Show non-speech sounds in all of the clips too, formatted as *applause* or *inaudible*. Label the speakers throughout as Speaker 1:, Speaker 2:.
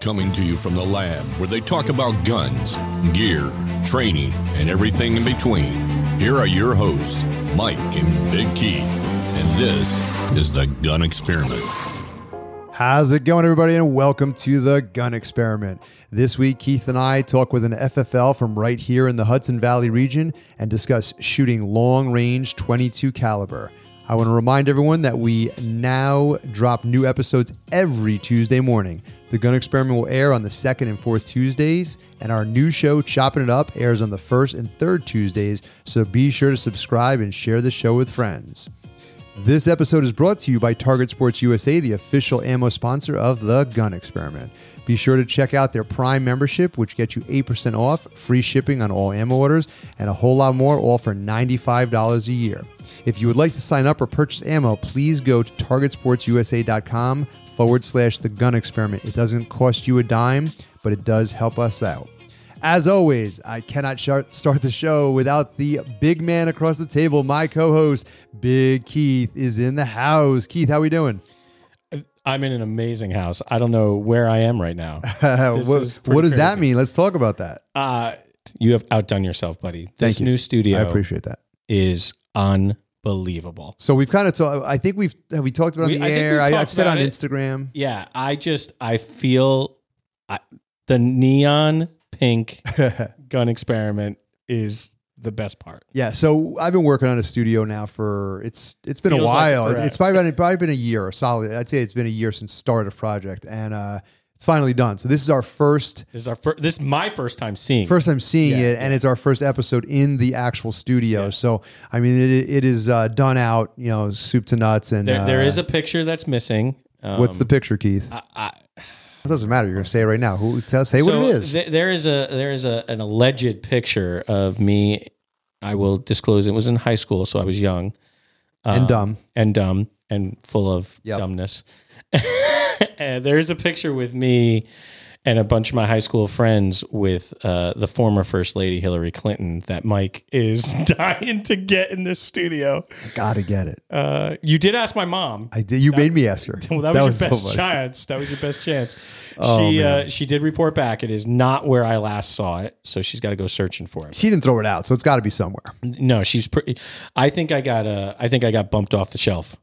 Speaker 1: Coming to you from the lab, where they talk about guns, gear, training, and everything in between. Here are your hosts, Mike and Big Keith, and this is the Gun Experiment.
Speaker 2: How's it going, everybody, and welcome to the Gun Experiment. This week, Keith and I talk with an FFL from right here in the Hudson Valley region and discuss shooting long-range 22 caliber. I want to remind everyone that we now drop new episodes every Tuesday morning. The Gun Experiment will air on the second and fourth Tuesdays, and our new show, Chopping It Up, airs on the first and third Tuesdays, so be sure to subscribe and share the show with friends. This episode is brought to you by Target Sports USA, the official ammo sponsor of the Gun Experiment. Be sure to check out their Prime membership, which gets you 8% off, free shipping on all ammo orders, and a whole lot more, all for $95 a year. If you would like to sign up or purchase ammo, please go to targetsportsusa.com forward slash the gun experiment. It doesn't cost you a dime, but it does help us out. As always, I cannot sh- start the show without the big man across the table. My co-host, Big Keith, is in the house. Keith, how we
Speaker 3: *laughs*
Speaker 2: doing? *laughs*
Speaker 3: I'm in an amazing house. I don't know where I am
Speaker 2: *laughs*
Speaker 3: right now.
Speaker 2: Uh,
Speaker 3: This
Speaker 2: what
Speaker 3: is pretty
Speaker 2: what does that
Speaker 3: crazy.
Speaker 2: mean? Let's talk about that.
Speaker 3: Uh, you have outdone yourself, buddy.
Speaker 2: Thank
Speaker 3: This
Speaker 2: you.
Speaker 3: new studio
Speaker 2: I appreciate that.
Speaker 3: is unbelievable.
Speaker 2: So we've kind of talked. I think we've have we talked about it
Speaker 3: We-
Speaker 2: on
Speaker 3: I
Speaker 2: the
Speaker 3: think
Speaker 2: air.
Speaker 3: we've
Speaker 2: I,
Speaker 3: talked
Speaker 2: I've said
Speaker 3: about
Speaker 2: on
Speaker 3: it. *laughs*
Speaker 2: Instagram. *laughs*
Speaker 3: Yeah, I just I feel I, the neon
Speaker 2: *laughs*
Speaker 3: pink gun experiment is the best part.
Speaker 2: Yeah, so I've been working on a studio now for it's it's been a
Speaker 3: Feels like
Speaker 2: while.
Speaker 3: forever.
Speaker 2: it's probably been, probably been a year or solid. I'd say it's been a year since start of project, and uh, it's finally done. So this is our first
Speaker 3: This is our first. This is my first time seeing. it.
Speaker 2: first time seeing
Speaker 3: Yeah,
Speaker 2: it, and it's our first episode in the actual studio. So I mean, it, it is uh, done out, you know, soup to nuts. And
Speaker 3: there, there
Speaker 2: uh,
Speaker 3: is a picture that's missing. Um,
Speaker 2: what's the picture, Keith?
Speaker 3: I, I,
Speaker 2: It doesn't matter. You're gonna say it right now. Who tell, say what it
Speaker 3: So
Speaker 2: is?
Speaker 3: th- there is a there is a an alleged picture of me. I will disclose it was in high school, so I was young
Speaker 2: and
Speaker 3: um,
Speaker 2: dumb.
Speaker 3: and dumb and full of
Speaker 2: Yep.
Speaker 3: dumbness. *laughs* and there is a picture with me and a bunch of my high school friends with uh, the former first lady Hillary Clinton that Mike is *laughs* dying to get in this studio.
Speaker 2: Gotta get it.
Speaker 3: Uh, you did ask my mom.
Speaker 2: I did. You made me ask her.
Speaker 3: Well, *laughs* that, was, your
Speaker 2: so
Speaker 3: best
Speaker 2: funny.
Speaker 3: chance. That was your best chance.
Speaker 2: *laughs* Oh,
Speaker 3: she
Speaker 2: man.
Speaker 3: uh, she did report back. It is not where I last saw it, so she's got to go searching for it.
Speaker 2: She didn't throw it out, so it's got to be somewhere.
Speaker 3: No, she's pretty. I think I got uh, I think I got bumped off
Speaker 2: *laughs*
Speaker 3: the shelf.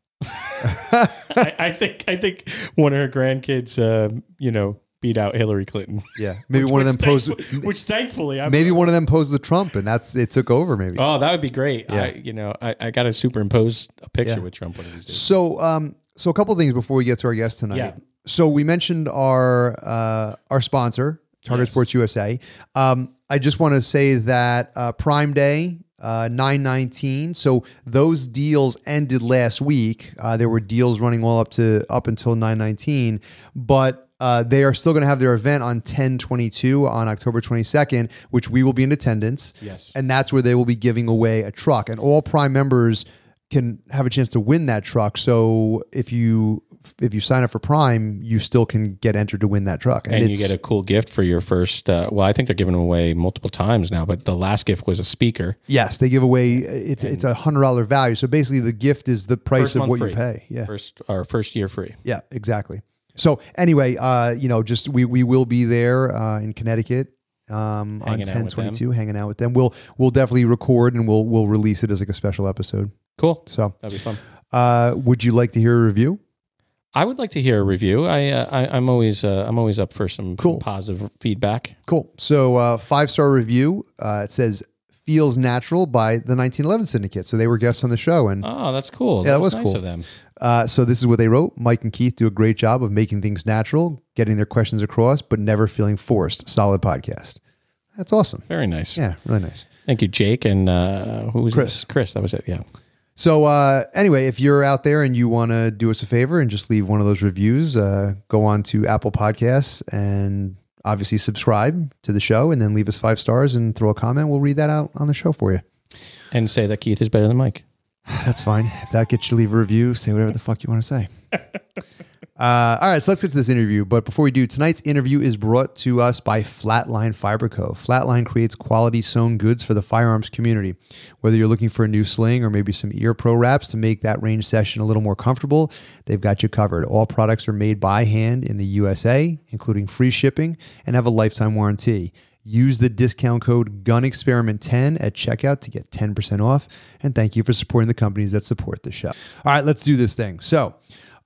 Speaker 3: I, I think I think one of her grandkids, uh, you know, beat out Hillary Clinton.
Speaker 2: Yeah, maybe one of them posed.
Speaker 3: Thankful- which thankfully, I'm,
Speaker 2: Maybe one of them posed the Trump, and that's it took over. Maybe.
Speaker 3: Oh, that would be great.
Speaker 2: Yeah.
Speaker 3: I, you know, I, I got to superimpose a picture
Speaker 2: Yeah.
Speaker 3: with Trump one of these days.
Speaker 2: So, um, so a couple of things before we get to our guest tonight.
Speaker 3: Yeah.
Speaker 2: So we mentioned our uh, our sponsor, Target
Speaker 3: Yes.
Speaker 2: Sports USA. Um, I just want to say that uh, Prime Day. Uh, 919 so those deals ended last week uh, there were deals running all up to up until 919 but uh, they are still going to have their event on 1022 on october 22nd which we will be in attendance
Speaker 3: Yes.
Speaker 2: and that's where they will be giving away a truck and all prime members can have a chance to win that truck so if you if you sign up for prime you still can get entered to win that truck
Speaker 3: and, you get a cool gift for your first. Uh, well, I think they're giving them away multiple times now, but the last gift was a speaker.
Speaker 2: yes they give away it's it's a hundred dollar value so basically the gift is the price
Speaker 3: First
Speaker 2: of
Speaker 3: month
Speaker 2: what you
Speaker 3: free.
Speaker 2: pay yeah
Speaker 3: First or first year free.
Speaker 2: yeah exactly so anyway uh you know just we we will be there uh in connecticut um on
Speaker 3: Hanging out with them.
Speaker 2: 1022 hanging out with them we'll we'll definitely record and we'll we'll release it as like a special episode
Speaker 3: Cool.
Speaker 2: so
Speaker 3: That'd be fun.
Speaker 2: uh would you like to hear a review
Speaker 3: I would like to hear a review. I, uh, I I'm always uh, I'm always up for some
Speaker 2: Cool.
Speaker 3: positive feedback.
Speaker 2: Cool. So uh, five star review. Uh, it says feels natural by the 1911 Syndicate. So they were guests on the show, and
Speaker 3: Oh, that's cool.
Speaker 2: Yeah, that was
Speaker 3: nice
Speaker 2: cool.
Speaker 3: of them.
Speaker 2: uh, so this is what they wrote. Mike and Keith do a great job of making things natural, getting their questions across, but never feeling forced. Solid podcast. That's awesome.
Speaker 3: Very nice.
Speaker 2: Yeah, really nice.
Speaker 3: Thank you, Jake, and uh, who was
Speaker 2: Chris.
Speaker 3: It? Chris, that was it. Yeah.
Speaker 2: So uh, anyway, if you're out there and you want to do us a favor and just leave one of those reviews, uh, go on to Apple Podcasts and obviously subscribe to the show, and then leave us five stars and throw a comment. We'll read that out on the show for you.
Speaker 3: And say that Keith is better than Mike.
Speaker 2: That's fine. If that gets you to leave a review, say whatever the fuck you want to say. Uh, all right, so let's get to this interview. But before we do, tonight's interview is brought to us by Flatline Fiber Co. Flatline creates quality sewn goods for the firearms community. Whether you're looking for a new sling or maybe some ear pro wraps to make that range session a little more comfortable, they've got you covered. All products are made by hand in the USA, including free shipping, and have a lifetime warranty. Use the discount code GUNEXPERIMENT10 at checkout to get 10% off. And thank you for supporting the companies that support the show. All right, let's do this thing. So,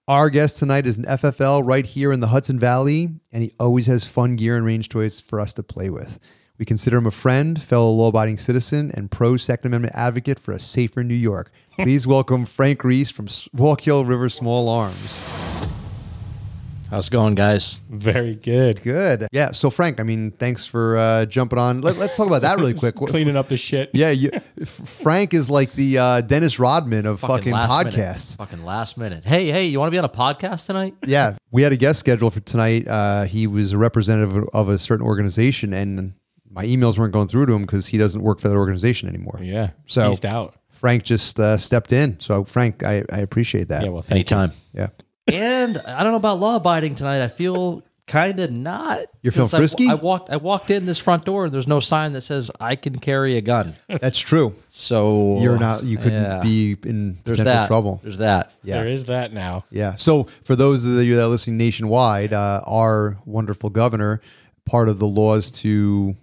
Speaker 2: our guest tonight is an FFL right here in the Hudson Valley, and he always has fun gear and range toys for us to play with. We consider him a friend, fellow law abiding citizen, and pro Second Amendment advocate for a safer New
Speaker 4: *laughs*
Speaker 2: York. Please welcome Frank Reese from Schuylkill River Small Arms.
Speaker 4: How's it going, guys?
Speaker 3: Very good.
Speaker 2: Good. Yeah. So, Frank, I mean, thanks for uh, jumping on. Let, us talk about that really
Speaker 4: *laughs*
Speaker 2: quick. What-
Speaker 3: Cleaning up the shit.
Speaker 2: Yeah, you, F- Frank is like the uh, Dennis Rodman of fucking,
Speaker 4: last minute.
Speaker 2: podcasts.
Speaker 4: Fucking last minute. Hey, hey, you want to be on a podcast tonight?
Speaker 2: Yeah, we had a guest scheduled for tonight. Uh, he was a representative of a certain organization, and my emails weren't going through to him because he doesn't work for that organization anymore.
Speaker 3: Yeah.
Speaker 2: So-
Speaker 3: eased out.
Speaker 2: Frank just uh, stepped in. So, Frank, I, I appreciate that.
Speaker 3: Yeah. Well, thank you.
Speaker 4: Anytime.
Speaker 2: Yeah.
Speaker 4: and I don't know about law abiding tonight. I feel kind of not.
Speaker 2: You're feeling
Speaker 4: Since I-
Speaker 2: frisky?
Speaker 4: I, walked. I walked in this front door, and there's no sign that says I can carry a gun.
Speaker 2: That's true.
Speaker 4: So
Speaker 2: You're not, you couldn't
Speaker 4: yeah.
Speaker 2: be in
Speaker 4: There's
Speaker 2: potential
Speaker 4: that.
Speaker 2: trouble.
Speaker 4: There's that.
Speaker 2: Yeah.
Speaker 3: There is that now.
Speaker 2: Yeah. So for those of you that are listening nationwide, uh, our wonderful governor, part of the laws to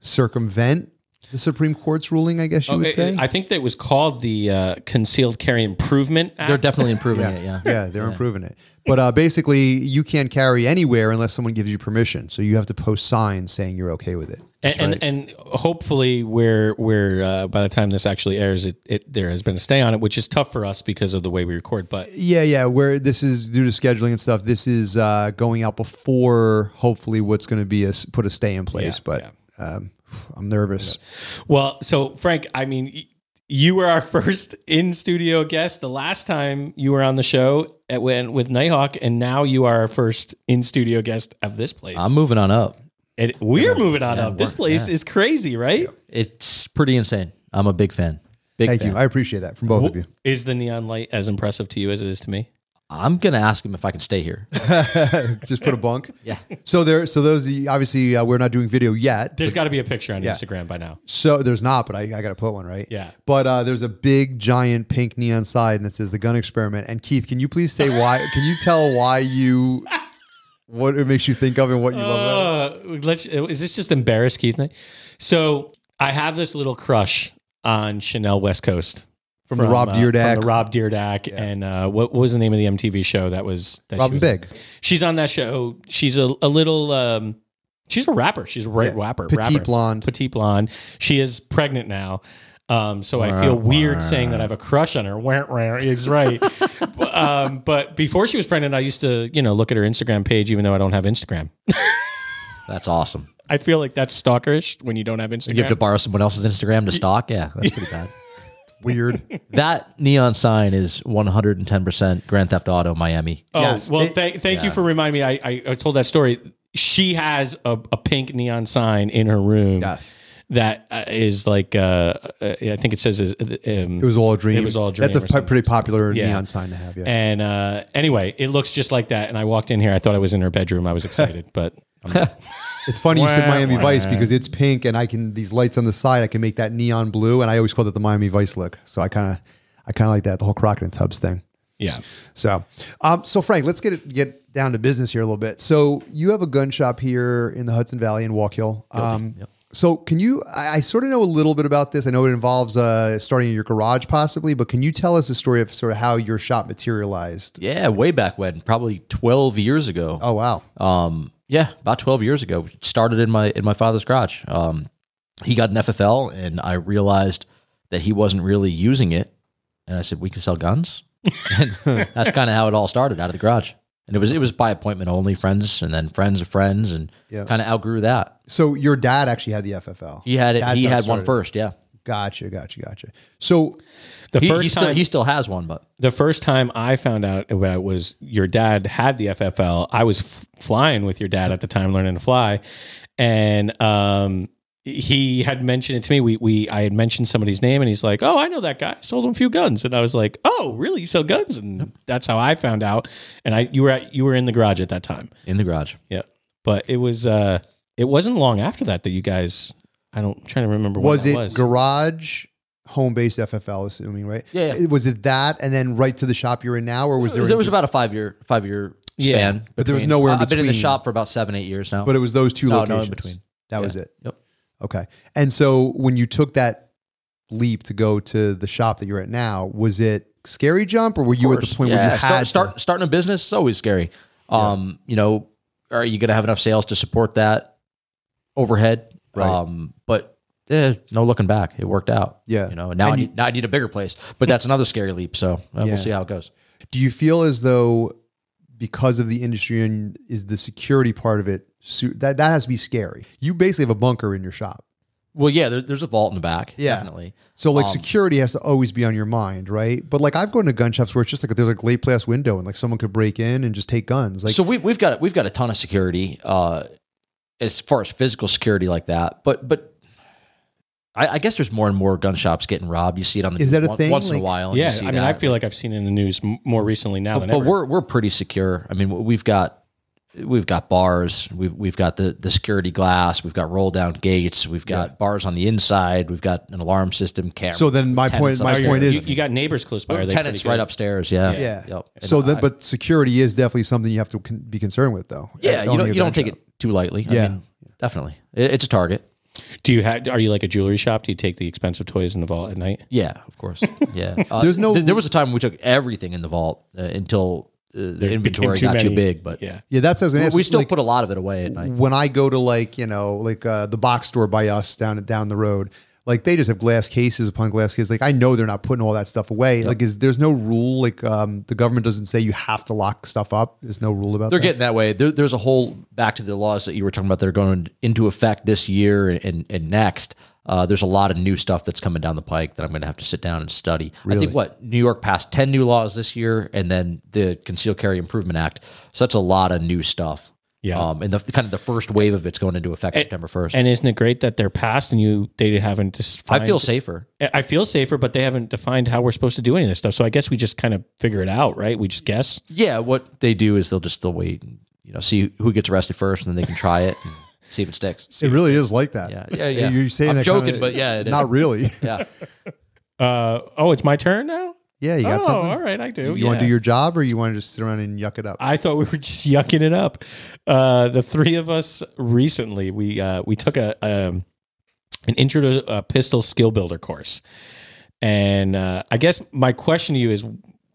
Speaker 2: circumvent the Supreme Court's ruling, I guess you would
Speaker 3: Oh, It-
Speaker 2: say.
Speaker 3: it- I think that was called the uh, Concealed Carry Improvement Act.
Speaker 4: They're definitely improving it. Yeah.
Speaker 2: *laughs* yeah, they're improving it. But uh, basically, you can't carry anywhere unless someone gives you permission. So you have to post signs saying you're okay with it.
Speaker 3: and, and and hopefully we're we're uh, by the time this actually airs it, it there has been a stay on it which is tough for us because of the way we record but
Speaker 2: Yeah, yeah. Where this is due to scheduling and stuff, this is uh, going out before hopefully what's going to be a s- put a stay in place.
Speaker 3: Yeah,
Speaker 2: but um, I'm nervous.
Speaker 3: well so Frank I mean y- you were our *laughs* first in studio guest the last time you were on the show at when with Nighthawk and now you are our first in studio guest of this place
Speaker 4: I'm moving on up.
Speaker 3: And we're moving on up this place is crazy right
Speaker 4: It's pretty insane. I'm a big fan. Big
Speaker 2: Thank
Speaker 4: fan.
Speaker 2: you. I appreciate that from both of *laughs* you.
Speaker 3: is the neon light as impressive to you as it is to me
Speaker 4: I'm gonna ask him if I can stay here.
Speaker 2: Just put a bunk.
Speaker 4: Yeah.
Speaker 2: So there. So those obviously uh, we're not doing video yet.
Speaker 3: there's got to be a picture on Instagram by now
Speaker 2: So there's not, but I, I got to put one right.
Speaker 3: Yeah.
Speaker 2: But uh, there's a big, giant pink neon sign that says the gun experiment. And Keith, can you please say why? Can you tell why you, what it makes you think of and what you love? About? it?
Speaker 3: Uh, let's. Is this just embarrass Keith? Knight? So I have this little crush on Chanel West Coast
Speaker 2: From the Rob Dyrdek.
Speaker 3: from the Rob Deerdack, and uh, what, what was the name of the MTV show that was that she
Speaker 2: Robin
Speaker 3: was-
Speaker 2: Big,
Speaker 3: She's on that show. She's a, a little. Um, she's a rapper. She's a right
Speaker 2: Yeah.
Speaker 3: rapper.
Speaker 2: petite
Speaker 3: rapper.
Speaker 2: blonde.
Speaker 3: Petite blonde. She is pregnant now. Um, so I feel weird saying that I have a crush on her. Wah, wah,
Speaker 2: *laughs*
Speaker 3: He's right. um, but before she was pregnant, I used to, you know, look at her Instagram page, even though I don't have Instagram.
Speaker 4: That's awesome.
Speaker 3: I feel like that's stalkerish when you don't have Instagram.
Speaker 4: You have to borrow someone else's Instagram to stalk. Yeah, that's pretty bad.
Speaker 2: Weird.
Speaker 4: That neon sign is 110% Grand Theft Auto Miami.
Speaker 3: oh,
Speaker 2: Yes.
Speaker 3: well,
Speaker 2: It-
Speaker 3: thank thank you for reminding me. I, I, I told that story. She has a, a pink neon sign in her room.
Speaker 2: Yes.
Speaker 3: That uh, is like, uh, uh, I think it says, is, um,
Speaker 2: It was all a dream.
Speaker 3: It was all a dream
Speaker 2: That's a
Speaker 3: or
Speaker 2: pi-
Speaker 3: something.
Speaker 2: pretty popular
Speaker 3: Yeah.
Speaker 2: neon sign to have. Yeah.
Speaker 3: and uh, anyway, it looks just like that. And I walked in here. I thought I was in her bedroom. I was excited, but I'm-
Speaker 2: it's funny you said
Speaker 3: Wah,
Speaker 2: Miami
Speaker 3: wah.
Speaker 2: Vice because it's pink, and I can these lights on the side. I can make that neon blue, and I always called it the Miami Vice look. So I kind of, I kind of like that the whole Crockett and Tubbs thing.
Speaker 3: yeah.
Speaker 2: So, um, so Frank, let's get it, get down to business here a little bit. So, you have a gun shop here in the Hudson Valley in Walk Hill. Um, So, can you? I, I sort of know a little bit about this. I know it involves uh, starting in your garage, possibly, but can you tell us a story of sort of how your shop materialized?
Speaker 4: Yeah, way back when, probably 12 years ago.
Speaker 2: Oh wow!
Speaker 4: Um, yeah, about 12 years ago, we started in my in my father's garage. Um, he got an FFL, and I realized that he wasn't really using it, and I said we can sell guns. *laughs* and that's kind of how it all started out of the garage, and it was it was by appointment only, friends, and then friends of friends, and
Speaker 2: Yeah.
Speaker 4: kind of outgrew that.
Speaker 2: So, your dad actually had the FFL.
Speaker 4: He had it.
Speaker 2: That's
Speaker 4: he
Speaker 2: how it
Speaker 4: had one
Speaker 2: started.
Speaker 4: first. Yeah,
Speaker 2: Gotcha, gotcha, gotcha. So,
Speaker 3: The
Speaker 4: he,
Speaker 3: first
Speaker 4: he
Speaker 3: time
Speaker 4: still he still has one, but
Speaker 3: the first time I found out about it was your dad had the FFL. I was f- flying with your dad at the time, learning to fly, and um, he had mentioned it to me. We we I had mentioned somebody's name, and he's like, "Oh, I know that guy. I sold him a few guns." And I was like, "Oh, really? You sell guns?" And that's how I found out. And I you were at, you were in the garage at that time.
Speaker 4: in the garage.
Speaker 3: Yeah, but it was uh it wasn't long after that that you guys. I don't I'm trying to remember. when
Speaker 2: was
Speaker 3: that
Speaker 2: it
Speaker 3: was.
Speaker 2: garage home based FFL? Assuming right,
Speaker 4: Yeah,
Speaker 2: It- Was it that and then right to the shop you're in now, or was there?
Speaker 4: there was about a five year five year span.
Speaker 3: Yeah.
Speaker 2: But there was
Speaker 4: between-
Speaker 2: nowhere in
Speaker 4: I've been in the
Speaker 2: between.
Speaker 4: shop for about seven eight years now.
Speaker 2: but it was those two
Speaker 4: No, no, in
Speaker 2: locations.
Speaker 4: between.
Speaker 2: That
Speaker 4: Yeah.
Speaker 2: was it.
Speaker 4: Yep.
Speaker 2: Okay. And so when you took that leap to go to the shop that you're at now, was it scary jump, or were you at the
Speaker 4: course.
Speaker 2: point where
Speaker 4: Yeah,
Speaker 2: you
Speaker 4: start,
Speaker 2: had
Speaker 4: start starting a business is always scary. Um, you know, are you going to have enough sales to support that overhead?
Speaker 2: Right.
Speaker 4: Um, but eh, no looking back, it worked out.
Speaker 2: Yeah.
Speaker 4: you know, and now I need, now I need a bigger place, but that's another scary leap. So uh,
Speaker 2: Yeah.
Speaker 4: we'll see how it goes.
Speaker 2: To, do you feel as though because of the industry and is the security part of it su- that that has to be scary? You basically have a bunker in your shop,
Speaker 4: Well, yeah, there, there's a vault in the back.
Speaker 2: Yeah.
Speaker 4: definitely.
Speaker 2: so like
Speaker 4: Um,
Speaker 2: security has to always be on your mind, right? But like I've gone to gun shops where it's just like there's a glass glass window and like someone could break in and just take guns, like
Speaker 4: so we, we've got we've got a ton of security uh, as far as physical security like that, but but I, I guess there's more and more gun shops getting robbed. You see it on the
Speaker 2: Is that
Speaker 4: news
Speaker 2: a
Speaker 4: on-
Speaker 2: thing?
Speaker 4: once in
Speaker 2: Like-
Speaker 4: a while. and you
Speaker 3: Yeah,
Speaker 4: see
Speaker 3: I mean, I
Speaker 4: that.
Speaker 3: feel like I've seen it in the news m- more recently now
Speaker 4: but,
Speaker 3: than
Speaker 4: but
Speaker 3: ever.
Speaker 4: we're we're pretty secure. I mean, we've got we've got bars, we've we've got the the security glass, we've got roll down gates, we've got bars on the inside, we've got an alarm system, camera.
Speaker 2: So then my
Speaker 4: tenants
Speaker 2: point- my
Speaker 4: upstairs.
Speaker 2: point
Speaker 3: you,
Speaker 2: is-
Speaker 3: you got neighbors close by. Are they
Speaker 4: tenants
Speaker 3: pretty
Speaker 4: right
Speaker 3: good?
Speaker 4: upstairs. Yeah,
Speaker 2: Yeah.
Speaker 4: Yep. And
Speaker 2: So then,
Speaker 4: I-
Speaker 2: but security is definitely something you have to con- be concerned with, though.
Speaker 4: yeah,
Speaker 2: On
Speaker 4: you
Speaker 2: the
Speaker 4: don't you
Speaker 2: gun
Speaker 4: don't take
Speaker 2: shop.
Speaker 4: it too lightly.
Speaker 2: Yeah.
Speaker 4: I mean, definitely, It- it's a target.
Speaker 3: Do you have? Are you like a jewelry shop? Do you take the expensive toys in the vault at night?
Speaker 4: Yeah, of
Speaker 3: *laughs*
Speaker 4: course. Yeah, Uh,
Speaker 2: There's no-
Speaker 4: th- there was a time we took everything in the vault uh, until uh, the inventory
Speaker 3: too
Speaker 4: got too
Speaker 3: many.
Speaker 4: big, but
Speaker 3: Yeah. Mm-hmm.
Speaker 2: Yeah, that's as
Speaker 4: we still put a lot of it away at night.
Speaker 2: when I go to like you know like uh, the box store by us down down the road, like they just have glass cases upon glass cases. Like I know they're not putting all that stuff away. Like is there's no rule. Like um, the government doesn't say you have to lock stuff up. There's no rule about
Speaker 4: They're
Speaker 2: that.
Speaker 4: getting that way. There, there's a whole back to the laws that you were talking about that are going into effect this year and, and next. Uh, there's a lot of new stuff that's coming down the pike that I'm going to have to sit down and study. I think what New York passed 10 new laws this year, and then the Concealed Carry Improvement Act. So that's a lot of new stuff.
Speaker 3: Yeah.
Speaker 4: Um, and the kind of the first wave of it's going into effect September 1st.
Speaker 3: And isn't it great that they're passed and you they haven't just?
Speaker 4: I feel safer.
Speaker 3: I feel safer, but they haven't defined how we're supposed to do any of this stuff. So I guess we just kind of figure it out, right? We just guess.
Speaker 4: Yeah. What they do is they'll just they'll wait, and, you know, see who gets arrested first, and then they can try it and *laughs* see if it sticks.
Speaker 2: It really is like that.
Speaker 4: Yeah, yeah, yeah.
Speaker 2: You're saying
Speaker 4: I'm
Speaker 2: that
Speaker 4: joking,
Speaker 2: kinda-
Speaker 4: but yeah, it is.
Speaker 2: not really. *laughs*
Speaker 4: Yeah.
Speaker 3: Uh, oh, it's my turn now.
Speaker 2: yeah, you got
Speaker 3: oh,
Speaker 2: something.
Speaker 3: all right, I do.
Speaker 2: You want to
Speaker 3: yeah.
Speaker 2: do your job, or you want to just sit around and yuck it up?
Speaker 3: I thought we were just yucking it up. Uh, the three of us recently we uh, we took a um, an intro to a pistol skill builder course, and uh, I guess my question to you is,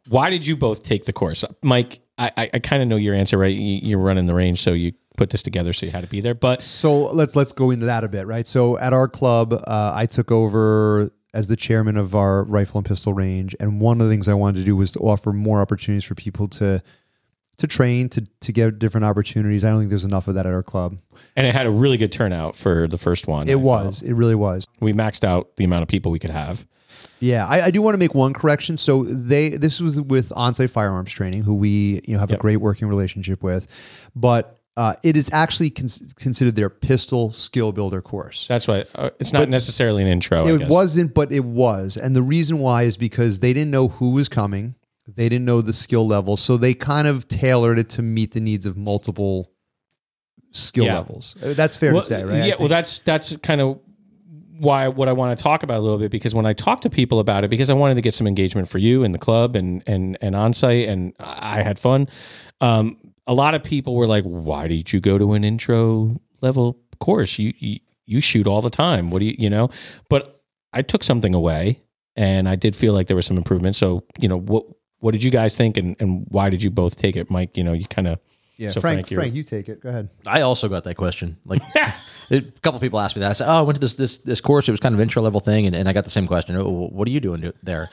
Speaker 3: why did you both take the course, Mike? I I, I kind of know your answer, right? You, you're running the range, so you put this together, so you had to be there. But
Speaker 2: So let's let's go into that a bit, right? So at our club, uh, I took over as the chairman of our rifle and pistol range, and one of the things I wanted to do was to offer more opportunities for people to to train to to get different opportunities. I don't think there's enough of that at our club.
Speaker 3: and it had a really good turnout for the first one. I
Speaker 2: It
Speaker 3: felt.
Speaker 2: was, it really was.
Speaker 3: We maxed out the amount of people we could have.
Speaker 2: Yeah, I, I do want to make one correction. So they this was with Onsite Firearms Training, who we you know have a great working relationship with, but uh, it is actually cons- considered their pistol skill builder course.
Speaker 3: That's why uh, it's not necessarily an intro. I
Speaker 2: It
Speaker 3: guess.
Speaker 2: wasn't, but it was. And the reason why is because they didn't know who was coming. They didn't know the skill level. So they kind of tailored it to meet the needs of multiple skill
Speaker 3: Yeah.
Speaker 2: levels. Uh, That's fair to say, right? I
Speaker 3: Yeah, well,
Speaker 2: think.
Speaker 3: that's that's kind of why what I want to talk about a little bit because when I talk to people about it, because I wanted to get some engagement for you and the club and and and on site, and I I had fun. Um, a lot of people were like, "Why did you go to an intro level course? You you, you shoot all the time. What do you you know?" But I took something away, and I did feel like there was some improvement. So you know what. What did you guys think, and, and why did you both take it, Mike? You know, you kind of
Speaker 2: yeah.
Speaker 3: so
Speaker 2: Frank,
Speaker 3: Frank,
Speaker 2: Frank,
Speaker 3: you're-
Speaker 2: you take it. Go ahead.
Speaker 4: I also got that question. *laughs* Like a couple people asked me that. I said, "Oh, I went to this this this course. It was kind of intro level thing," and, and I got the same question. Oh, what are you doing to- *laughs* there?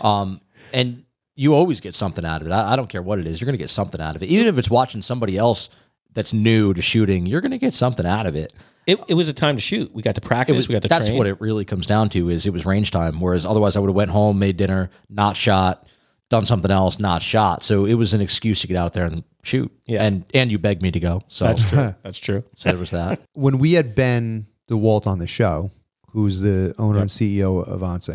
Speaker 4: um, and you always get something out of it. I, I don't care what it is. You're going to get something out of it, even if it's watching somebody else that's new to shooting. You're going to get something out of it.
Speaker 3: it, it was a time to shoot. We got to practice.
Speaker 4: It was
Speaker 3: we got to
Speaker 4: that's
Speaker 3: train.
Speaker 4: what it really comes down to is it was range time. Whereas otherwise, I would have went home, made dinner, not shot, done something else, not shot. So it was an excuse to get out there and shoot.
Speaker 3: Yeah.
Speaker 4: and and you begged me to go.
Speaker 3: *laughs*
Speaker 4: So *laughs*
Speaker 3: That's true. That's true.
Speaker 4: so there was that.
Speaker 2: When we had Ben DeWalt on the show, who's the owner and CEO of Avance.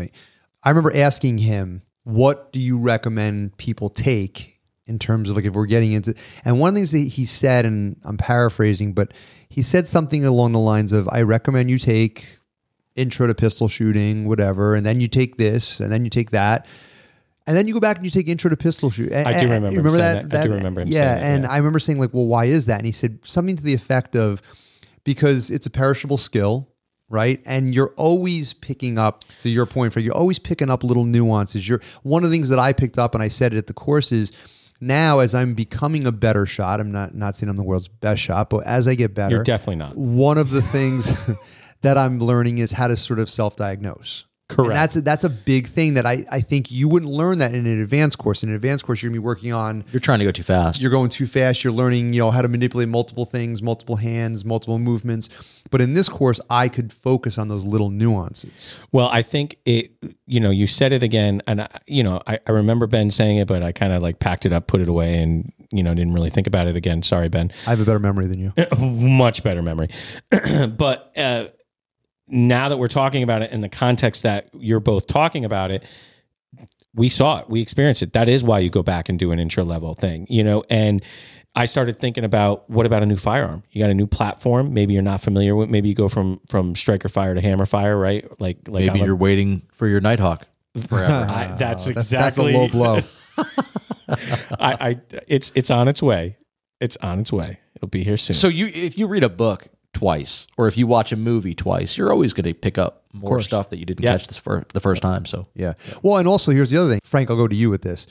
Speaker 2: I remember asking him, what do you recommend people take in terms of like if we're getting into and one of the things that he said, and I'm paraphrasing, but he said something along the lines of, I recommend you take intro to pistol shooting, whatever, and then you take this, and then you take that. And then you go back and you take intro to pistol shoot.
Speaker 3: I do remember him
Speaker 2: remember
Speaker 3: saying
Speaker 2: that,
Speaker 3: that. I do remember him
Speaker 2: Yeah,
Speaker 3: saying that,
Speaker 2: and
Speaker 3: yeah.
Speaker 2: I remember saying like, "Well, why is that?" And he said something to the effect of, "Because it's a perishable skill, right? And you're always picking up." To your point, Fred, you're always picking up little nuances. You're one of the things that I picked up, and I said it at the course is now as I'm becoming a better shot. I'm not not saying I'm the world's best shot, but as I get better,
Speaker 3: You're definitely not.
Speaker 2: one of the things *laughs* that I'm learning is how to sort of self-diagnose.
Speaker 3: Correct.
Speaker 2: And that's a, that's a big thing that I, I think you wouldn't learn that in an advanced course. In an advanced course, you're gonna be working on
Speaker 4: You're trying to go too fast.
Speaker 2: you're going too fast. You're learning, you know, how to manipulate multiple things, multiple hands, multiple movements. But in this course, I could focus on those little nuances.
Speaker 3: Well, I think it, you know, you said it again, and I, you know, I, I remember Ben saying it, but I kind of like packed it up, put it away, and you know, didn't really think about it again. Sorry, Ben.
Speaker 2: I have a better memory than
Speaker 3: *laughs*
Speaker 2: you.
Speaker 3: Much better memory, *clears throat* but uh, now that we're talking about it in the context that you're both talking about it, we saw it, we experienced it. That is why you go back and do an intro level thing, you know. And I started thinking about what about a new firearm? You got a new platform, maybe you're not familiar with. Maybe you go from from striker fire to hammer fire, right? Like like
Speaker 4: Maybe
Speaker 3: I'm a-
Speaker 4: you're waiting for your Nighthawk
Speaker 2: *laughs*
Speaker 4: forever.
Speaker 3: I,
Speaker 2: Ah, That's,
Speaker 3: that's exactly.
Speaker 2: that's a low
Speaker 3: *laughs*
Speaker 2: blow.
Speaker 3: *laughs* I, I, it's it's on its way. It's on its way. It'll be here soon.
Speaker 4: So you, if you read a book twice, or if you watch a movie twice, you're always going to pick up more stuff that you didn't catch the, fir- the first time. So
Speaker 2: Yeah. Well, and also here's the other thing, Frank. I'll go to you with this.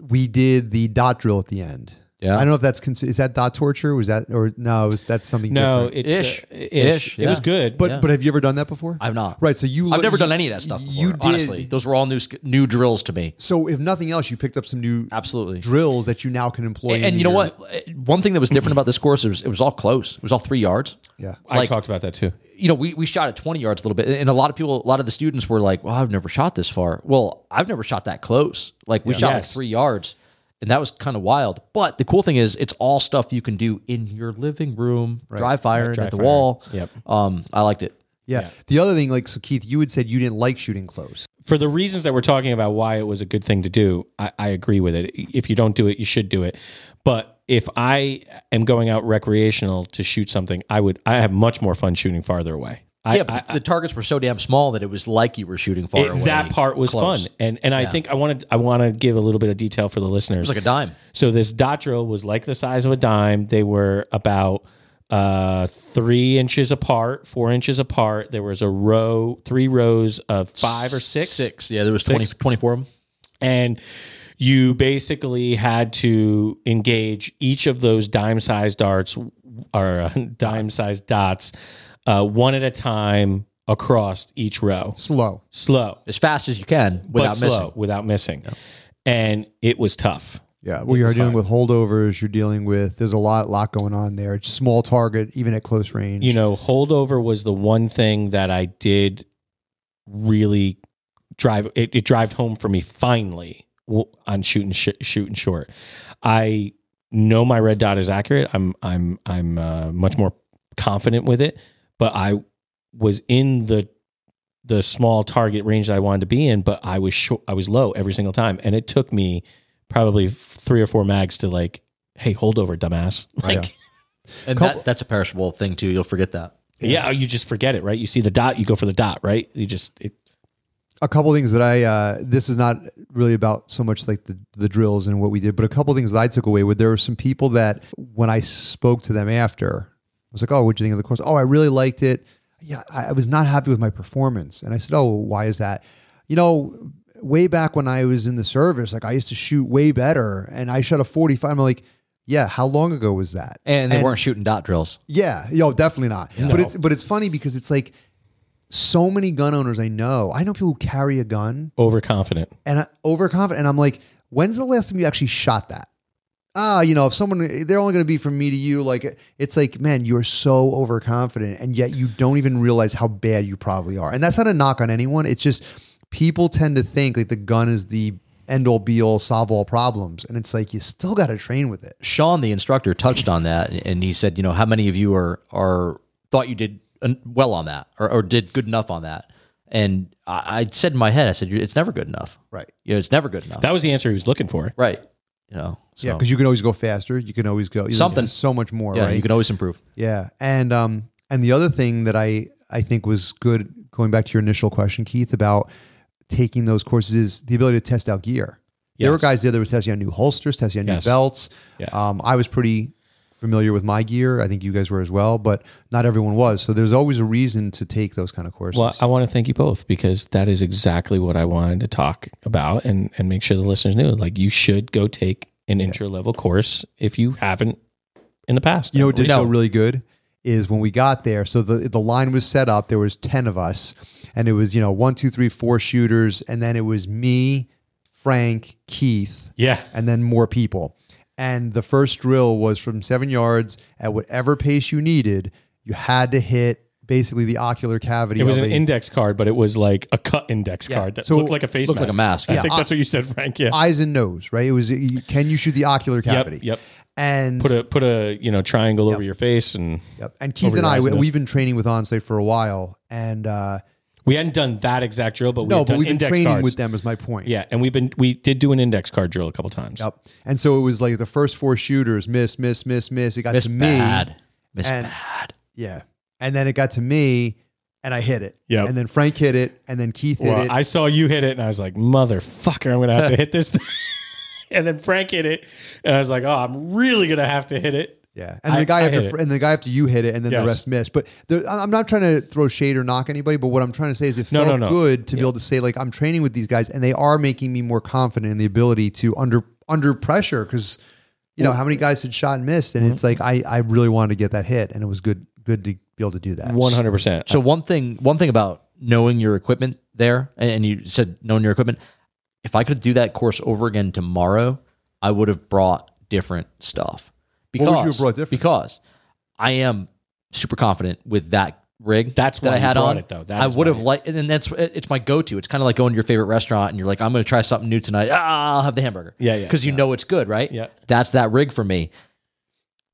Speaker 2: We did the dot drill at the end.
Speaker 4: Yeah.
Speaker 2: I don't know if that's consi- is that dot torture? Was that or no? Is that something?
Speaker 3: no,
Speaker 2: different?
Speaker 3: it's
Speaker 4: Ish.
Speaker 3: uh, ish.
Speaker 4: Ish,
Speaker 3: It was
Speaker 4: yeah.
Speaker 3: good,
Speaker 2: but but have you ever done that before?
Speaker 4: I've not.
Speaker 2: Right. So you.
Speaker 4: I've
Speaker 2: le-
Speaker 4: never
Speaker 2: you-
Speaker 4: done any of that stuff. Before,
Speaker 2: You did.
Speaker 4: honestly. Those were all new sk- new drills to me.
Speaker 2: So if nothing else, you picked up some new
Speaker 4: Absolutely.
Speaker 2: drills that you now can employ.
Speaker 4: And,
Speaker 2: in
Speaker 4: you know
Speaker 2: your-
Speaker 4: what? Uh, One thing that was different about this course is it was all close. It was all three yards.
Speaker 2: Yeah.
Speaker 3: I
Speaker 4: like-
Speaker 3: talked about that too.
Speaker 4: you know, we, we shot at 20 yards a little bit. And a lot of people, a lot of the students were like, well, I've never shot this far. Well, I've never shot that close. Like we shot like
Speaker 3: Yes.
Speaker 4: three yards and that was kind of wild. But the cool thing is it's all stuff you can do in your living room, dry firing
Speaker 3: dry
Speaker 4: at the
Speaker 3: firing.
Speaker 4: wall.
Speaker 3: Yep.
Speaker 4: Um, I liked it.
Speaker 2: Yeah. The other thing, like so, Keith, you had said you didn't like shooting close.
Speaker 3: For the reasons that we're talking about, why it was a good thing to do, I, I agree with it. If you don't do it, you should do it. But if I am going out recreational to shoot something, I would. I have much more fun shooting farther away. I,
Speaker 4: yeah, but the targets were so damn small that it was like you were shooting far
Speaker 3: it-
Speaker 4: away.
Speaker 3: that part was
Speaker 4: close.
Speaker 3: fun, and and I think I wanted I want to give a little bit of detail for the listeners.
Speaker 4: It was like a dime.
Speaker 3: So this dot drill was like the size of a dime. They were about uh, three inches apart, four inches apart. There was a row, three rows of five or six,
Speaker 4: Six. Yeah, there was 20, 24 of them.
Speaker 3: and you basically had to engage each of those dime-sized darts or uh, *laughs* dime-sized dots uh, one at a time across each row.
Speaker 2: Slow.
Speaker 3: Slow,
Speaker 4: As fast as you can
Speaker 3: but
Speaker 4: without
Speaker 3: slow,
Speaker 4: missing.
Speaker 3: without missing, and it was tough.
Speaker 2: Yeah. Well, you're dealing with holdovers. You're dealing with. There's a lot, lot going on there. It's small target, even at close range.
Speaker 3: you know, holdover was the one thing that I did really drive. It, it drived home for me finally w- on shooting sh- shooting short. I know my red dot is accurate. I'm I'm I'm uh, much more confident with it, but I was in the the small target range that I wanted to be in, but I was short, I was low every single time, and it took me probably three or four mags to like, hey, holdover, dumbass, like.
Speaker 4: And
Speaker 2: Couple-
Speaker 4: that, that's a perishable thing too. You'll forget that.
Speaker 3: Yeah. you just forget it, right? You see the dot, you go for the dot, right? You just it,
Speaker 2: a couple things that I uh, this is not really about so much like the, the drills and what we did, but a couple things that I took away were there were some people that when I spoke to them after, I was like, "Oh, what'd you think of the course? Oh, I really liked it. Yeah, I, I was not happy with my performance." And I said, "Oh, why is that? You know, way back when I was in the service, like I used to shoot way better, and I shot a forty-five. I'm like." Yeah, how long ago was that?
Speaker 4: And they weren't shooting dot drills.
Speaker 2: Yeah, yo, definitely not. But it's but it's funny because it's like so many gun owners I know. I know people who carry a gun
Speaker 3: overconfident.
Speaker 2: and I, overconfident, and I'm like, when's the last time you actually shot that? Ah, you know, if someone they're only going to be from me to you. Like it's like, man, you are so overconfident, and yet you don't even realize how bad you probably are. And that's not a knock on anyone. It's just people tend to think like the gun is the end all be all solve all problems, and it's like you still got to train with it.
Speaker 4: Sean, the instructor, touched on that, and he said, you know, how many of you are are thought you did an- well on that or, or did good enough on that. And I, I said in my head, I said, it's never good enough.
Speaker 2: Right.
Speaker 4: You know, it's never good enough.
Speaker 3: That was the answer he was looking for.
Speaker 4: right. You know, so,
Speaker 2: Yeah, because you can always go faster. You can always go there's
Speaker 4: Something.
Speaker 2: So much more.
Speaker 4: yeah,
Speaker 2: right?
Speaker 4: you can always improve.
Speaker 2: Yeah, and um, and the other thing that I I think was good going back to your initial question, Keith, about taking those courses is the ability to test out gear. There were
Speaker 3: Yes.
Speaker 2: guys there that were testing out new holsters, testing out
Speaker 3: Yes.
Speaker 2: new belts.
Speaker 3: Yeah.
Speaker 2: Um, I was pretty familiar with my gear. I think you guys were as well, but not everyone was. So there's always a reason to take those kind of courses.
Speaker 3: Well, I want to thank you both because that is exactly what I wanted to talk about and and make sure the listeners knew. Like you should go take an intro level course if you haven't in the past.
Speaker 2: You know what did
Speaker 4: No.
Speaker 2: feel really good is when we got there. So the the line was set up. There was ten of us, and it was you know one, two, three, four shooters, and then it was me, Frank, Keith,
Speaker 3: Yeah.
Speaker 2: and then more people. And the first drill was from seven yards at whatever pace you needed. You had to hit basically the ocular cavity.
Speaker 3: It was
Speaker 2: of
Speaker 3: an
Speaker 2: a-
Speaker 3: index card, but it was like a cut index card that
Speaker 2: So-
Speaker 3: looked like a face
Speaker 4: Looked
Speaker 3: mask.
Speaker 4: like a mask.
Speaker 3: I
Speaker 4: Yeah.
Speaker 3: think that's what you said, Frank. Yeah.
Speaker 2: eyes and nose, right? It was can you shoot the ocular cavity?
Speaker 3: yep.
Speaker 2: And
Speaker 3: put a put a you know triangle over your face, and
Speaker 2: yep. and Keith
Speaker 3: over
Speaker 2: and
Speaker 3: your
Speaker 2: I,
Speaker 3: eyes
Speaker 2: we,
Speaker 3: and nose.
Speaker 2: we've been training with OnSite for a while, and uh,
Speaker 3: we hadn't done that exact drill, but we
Speaker 2: no,
Speaker 3: had
Speaker 2: but
Speaker 3: done
Speaker 2: we've been
Speaker 3: index
Speaker 2: training
Speaker 3: cards.
Speaker 2: with them. Is my point.
Speaker 3: Yeah, and we've been we did do an index card drill a couple times.
Speaker 2: Yep. And so it was like the first four shooters miss, miss, miss, miss. It got
Speaker 4: Miss
Speaker 2: to me.
Speaker 4: bad. Miss
Speaker 2: and-
Speaker 4: bad.
Speaker 2: Yeah. And then it got to me and I hit it.
Speaker 3: Yep.
Speaker 2: And then Frank hit it. And then Keith hit
Speaker 3: Well,
Speaker 2: it.
Speaker 3: I saw you hit it, and I was like, "Motherfucker, I'm gonna have to hit this." thing." *laughs* and then Frank hit it, and I was like, "Oh, I'm really gonna have to hit it."
Speaker 2: yeah. And
Speaker 3: I-
Speaker 2: the guy
Speaker 3: I hit
Speaker 2: after
Speaker 3: it.
Speaker 2: fr- and the guy after you hit it and then
Speaker 3: Yes.
Speaker 2: the rest missed. But there, I- I'm not trying to throw shade or knock anybody, but what I'm trying to say is it
Speaker 3: No,
Speaker 2: felt
Speaker 3: no, no.
Speaker 2: good to be able to say like I'm training with these guys and they are making me more confident in the ability to under under pressure because you know how many guys had shot and missed
Speaker 3: Mm-hmm.
Speaker 2: and it's like I I really wanted to get that hit and it was good good to be able to do that.
Speaker 3: One hundred percent.
Speaker 4: So one thing, one thing about knowing your equipment there, and, and you said knowing your equipment. If I could do that course over again tomorrow, I would have brought different stuff.
Speaker 2: would
Speaker 4: Because
Speaker 2: you have brought different?
Speaker 4: because I am super confident with that rig.
Speaker 3: That's
Speaker 4: that
Speaker 3: why
Speaker 4: I
Speaker 3: you
Speaker 4: had
Speaker 3: brought
Speaker 4: on
Speaker 3: it, though. That
Speaker 4: I
Speaker 3: is
Speaker 4: would
Speaker 3: why
Speaker 4: have liked, and that's it's my go-to. It's kind of like going to your favorite restaurant, and you're like, I'm going to try something new tonight. Ah, I'll have the hamburger.
Speaker 3: Yeah, yeah,
Speaker 4: Because you know it's good, right?
Speaker 3: Yeah.
Speaker 4: That's that rig for me.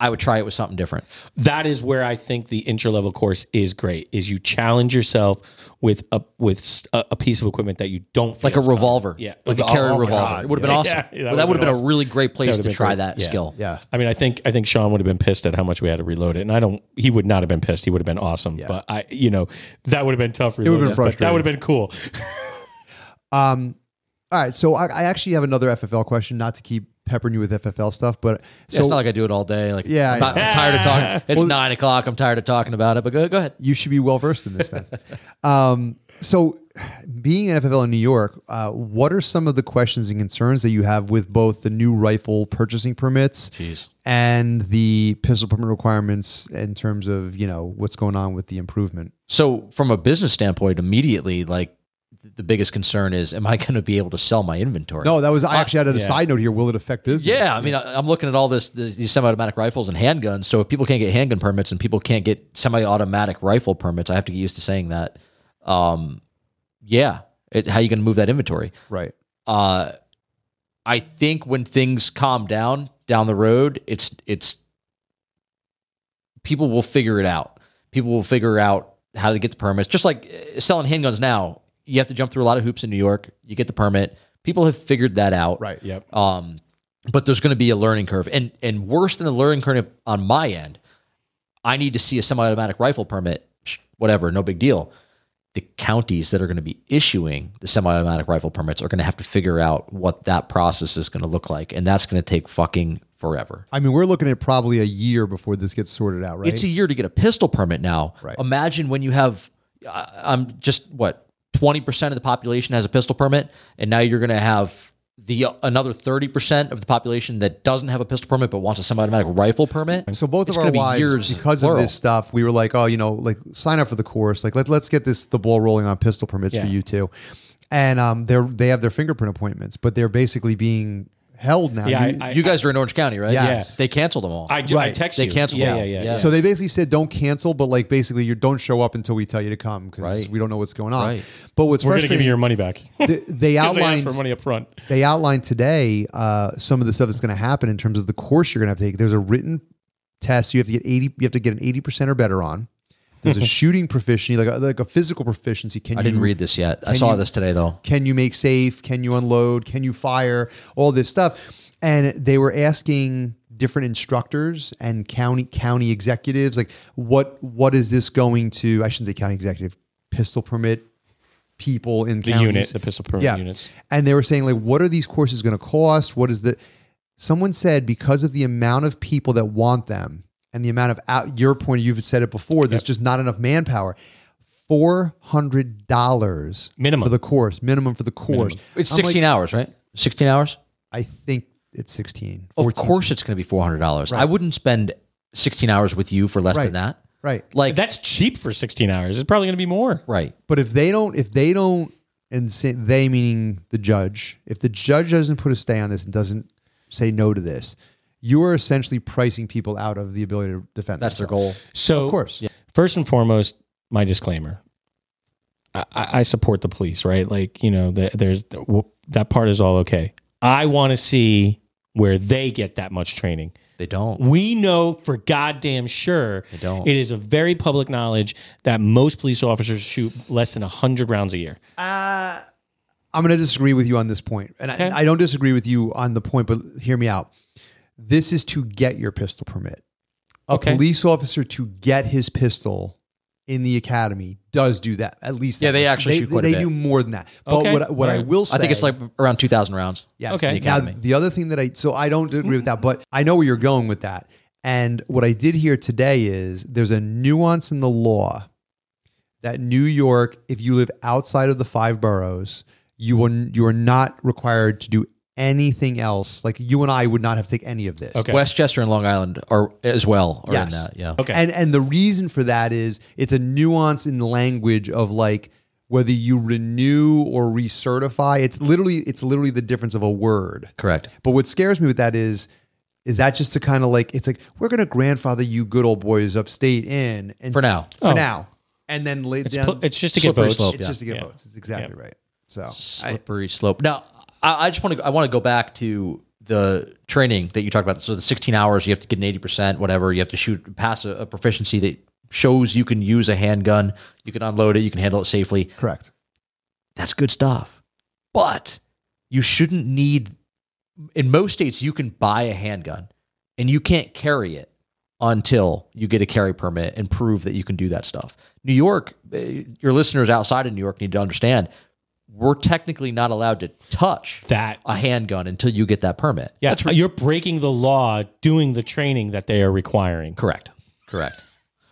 Speaker 4: I would try it with something different.
Speaker 3: that is where I think the intro level course is great. Is you challenge yourself with a with s- a, a piece of equipment that you don't feel
Speaker 4: like a
Speaker 3: strong-
Speaker 4: revolver.
Speaker 3: Yeah.
Speaker 4: like a
Speaker 3: Oh,
Speaker 4: carry
Speaker 3: oh my
Speaker 4: revolver.
Speaker 3: God.
Speaker 4: It would have been
Speaker 3: Yeah.
Speaker 4: awesome.
Speaker 3: Yeah, yeah, that
Speaker 4: Well, that would
Speaker 3: would've been
Speaker 4: have been,
Speaker 3: awesome.
Speaker 4: a really great place
Speaker 3: would've
Speaker 4: to
Speaker 3: been
Speaker 4: try
Speaker 3: great.
Speaker 4: that
Speaker 3: Yeah.
Speaker 4: skill.
Speaker 2: Yeah.
Speaker 3: I mean, I think I think Sean would have been pissed at how much we had to reload it, and I don't. He would not have been pissed. He would have been awesome, but I, you know, that would have been tough. It
Speaker 2: have been
Speaker 3: That
Speaker 2: frustrating.
Speaker 3: would have been cool.
Speaker 2: Um, all right, so I, I actually have another FFL question, not to keep peppering you with FFL stuff, but
Speaker 4: Yeah,
Speaker 2: so
Speaker 4: it's not like I do it all day. Like,
Speaker 2: Yeah,
Speaker 4: yeah,
Speaker 2: I
Speaker 4: I'm, not,
Speaker 2: know.
Speaker 4: I'm tired of
Speaker 2: *laughs*
Speaker 4: talking. It's nine o'clock. I'm tired of talking about it. But go, go ahead.
Speaker 2: you should be well versed in this
Speaker 4: *laughs*
Speaker 2: then. um, so, being an FFL in New York, uh, what are some of the questions and concerns that you have with both the new rifle purchasing permits and the pistol permit requirements in terms of you know what's going on with the improvement?
Speaker 4: So, from a business standpoint, immediately, like th- the biggest concern is, am I going to be able to sell my inventory?
Speaker 2: No, that was I actually had a
Speaker 3: yeah.
Speaker 2: side note here. Will it affect business?
Speaker 4: Yeah, I mean, I, I'm looking at all this th- these semi-automatic rifles and handguns. So if people can't get handgun permits and people can't get semi-automatic rifle permits, I have to get used to saying that. Um, yeah, it, how you going to move that inventory?
Speaker 2: right.
Speaker 4: uh, I think when things calm down down the road, it's it's people will figure it out. People will figure out how to get the permits. Just like uh, selling handguns now, you have to jump through a lot of hoops in New York. You get the permit. People have figured that out.
Speaker 2: Right.
Speaker 3: Yep.
Speaker 4: Um, but there's going to be a learning curve, and and worse than the learning curve on my end, I need to see a semi-automatic rifle permit. Psh, Whatever, no big deal. The counties that are going to be issuing the semi-automatic rifle permits are going to have to figure out what that process is going to look like, and that's going to take fucking forever.
Speaker 2: I mean, we're looking at probably a year before this gets sorted out, right?
Speaker 4: It's a year to get a pistol permit now.
Speaker 2: Right.
Speaker 4: Imagine when you have, I- I'm just what twenty percent of the population has a pistol permit, and now you're going to have the another thirty percent of the population that doesn't have a pistol permit but wants a semi-automatic rifle permit.
Speaker 2: So both
Speaker 4: It's
Speaker 2: of our
Speaker 4: gonna be
Speaker 2: wives,
Speaker 4: years,
Speaker 2: because of
Speaker 4: plural.
Speaker 2: this stuff, we were like, oh, you know, like sign up for the course. Like let let's get this the ball rolling on pistol permits for
Speaker 3: Yeah.
Speaker 2: you too. And um, they're they have their fingerprint appointments, but they're basically being held now.
Speaker 3: Yeah,
Speaker 2: You-
Speaker 3: I, I,
Speaker 4: you guys are in Orange County, right?
Speaker 2: Yes.
Speaker 4: They canceled them all.
Speaker 3: I, do, I
Speaker 2: Right.
Speaker 3: text
Speaker 4: They
Speaker 3: you.
Speaker 4: canceled
Speaker 3: Yeah,
Speaker 4: out.
Speaker 3: yeah, yeah,
Speaker 4: Yeah.
Speaker 3: yeah.
Speaker 2: so they basically said don't cancel, but like basically you don't show up until we tell you to come because
Speaker 4: Right.
Speaker 2: we don't know what's going on.
Speaker 4: Right.
Speaker 2: But what's
Speaker 3: We're gonna give you
Speaker 2: frustrating,
Speaker 3: your money back. *laughs*
Speaker 2: th- *laughs* they
Speaker 3: they asked
Speaker 2: outlined
Speaker 3: for money up front.
Speaker 2: they outlined today uh, some of the stuff that's going to happen in terms of the course you're going to have to take. There's a written test you have to get eighty. You have to get an eighty percent or better on, There's a shooting proficiency, like a, like a physical proficiency. Can
Speaker 4: I didn't
Speaker 2: you-
Speaker 4: read this yet. I
Speaker 2: can
Speaker 4: saw
Speaker 2: you-
Speaker 4: this today though.
Speaker 2: Can you make safe? Can you unload? Can you fire? All this stuff. And they were asking different instructors and county county executives, like what what is this going to? I shouldn't say county executive, pistol permit people in
Speaker 3: The
Speaker 2: counties.
Speaker 3: unit, the pistol permit units.
Speaker 2: And they were saying, like, what are these courses going to cost? What is the. Someone said because of the amount of people that want them and the amount of, out, your point, you've said it before, there's just not enough manpower. $400
Speaker 3: Minimum.
Speaker 2: for the course, minimum for the course.
Speaker 4: It's
Speaker 2: I'm like,
Speaker 4: 16 hours, right? 16 hours.
Speaker 2: I think it's 16.
Speaker 4: Of
Speaker 2: 14.
Speaker 4: course, it's going to be 400 dollars. I wouldn't spend 16 hours with you for less
Speaker 2: Right.
Speaker 4: than that.
Speaker 2: Right.
Speaker 4: Like
Speaker 3: That's cheap for 16 hours. It's probably going to be more.
Speaker 4: right.
Speaker 2: But if they don't, if they don't, and say, they meaning the judge, if the judge doesn't put a stay on this and doesn't say no to this, you are essentially pricing people out of the ability to defend.
Speaker 4: That's their
Speaker 2: themselves.
Speaker 4: goal.
Speaker 3: So,
Speaker 2: Of course.
Speaker 3: first and foremost, my disclaimer. I, I I support the police, right? Like you know, the, there's w- that part is all okay. I want to see where they get that much training.
Speaker 4: They don't.
Speaker 3: We know for goddamn sure
Speaker 4: They don't.
Speaker 3: it is a very public knowledge that most police officers shoot less than hundred rounds a year.
Speaker 2: I'm going to disagree with you on this point, and
Speaker 3: Okay.
Speaker 2: I, I don't disagree with you on the point, but hear me out. This is to get your pistol permit. A
Speaker 3: Okay.
Speaker 2: police officer to get his pistol in the academy does do that. At least,
Speaker 4: Yeah,
Speaker 2: that
Speaker 4: they
Speaker 2: much.
Speaker 4: actually
Speaker 2: they,
Speaker 4: shoot quite a
Speaker 2: they
Speaker 4: bit.
Speaker 2: do more than that. But
Speaker 3: Okay.
Speaker 2: what what I
Speaker 3: Alright.
Speaker 2: will say,
Speaker 4: I think it's like around 2,000 rounds.
Speaker 2: Yes.
Speaker 3: Okay.
Speaker 4: The
Speaker 2: Now,
Speaker 4: academy.
Speaker 2: the other thing that I, so I don't agree with that, but I know where you're going with that. And what I did here today is there's a nuance in the law that New York, if you live outside of the five boroughs, you will, you are not required to do anything else. Like you and I would not have to take any of this.
Speaker 3: Okay.
Speaker 4: Westchester and Long Island are as well. Are
Speaker 2: Yes.
Speaker 4: in that. Yeah.
Speaker 3: Okay.
Speaker 2: And and the reason for that is it's a nuance in the language of like whether you renew or recertify. It's literally it's literally the difference of a word.
Speaker 4: Correct.
Speaker 2: But what scares me with that is, is that just to kind of like it's like we're gonna grandfather you good old boys upstate in and
Speaker 4: For now.
Speaker 2: for
Speaker 3: Oh.
Speaker 2: now, and then lay
Speaker 3: It's,
Speaker 2: down.
Speaker 3: pu- it's just to get
Speaker 4: Slippery
Speaker 3: votes.
Speaker 4: slope.
Speaker 2: it's just to get
Speaker 3: Yeah.
Speaker 2: votes. It's exactly right. So I,
Speaker 4: slippery slope. Now, I, I just want to I want to go back to the training that you talked about. So the 16 hours, you have to get an 80 percent, whatever. You have to shoot pass a, a proficiency that shows you can use a handgun, you can unload it, you can handle it safely.
Speaker 2: correct.
Speaker 4: That's good stuff. But you shouldn't need. In most states, you can buy a handgun, and you can't carry it until you get a carry permit and prove that you can do that stuff. New York, eh, your listeners outside of New York need to understand, we're technically not allowed to touch
Speaker 3: That
Speaker 4: a handgun until you get that permit.
Speaker 3: yeah, uh,
Speaker 4: That's
Speaker 3: you're breaking the law doing the training that they are requiring.
Speaker 4: Correct. Correct.